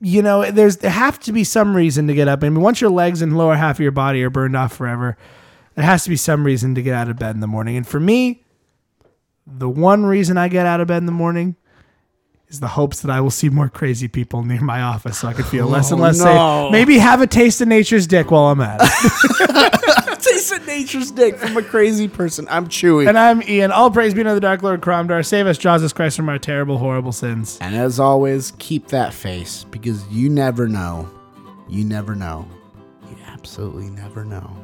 Speaker 2: You know, there's there have to be some reason to get up. I mean, once your legs and lower half of your body are burned off forever, there has to be some reason to get out of bed in the morning. And for me, the one reason I get out of bed in the morning is the hopes that I will see more crazy people near my office so I can feel less and less
Speaker 3: no.
Speaker 2: safe. Maybe have a taste of nature's dick while I'm at it.
Speaker 3: taste of nature's dick from a crazy person. I'm chewy.
Speaker 2: and I'm Ian. All praise be to the Dark Lord Cromdar. Save us, Jesus Christ, from our terrible, horrible sins.
Speaker 3: And as always, keep that face because you never know. You never know. You absolutely never know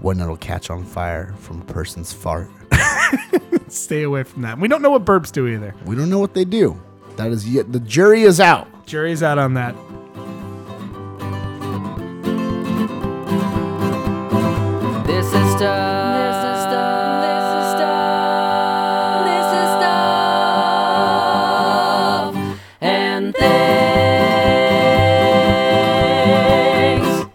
Speaker 3: when it'll catch on fire from a person's fart.
Speaker 2: Stay away from that. We don't know what burps do either.
Speaker 3: We don't know what they do. That is yet the jury is out.
Speaker 2: Jury's out on that.
Speaker 1: This is stuff. This is stuff. This is stuff. This is stuff. And things.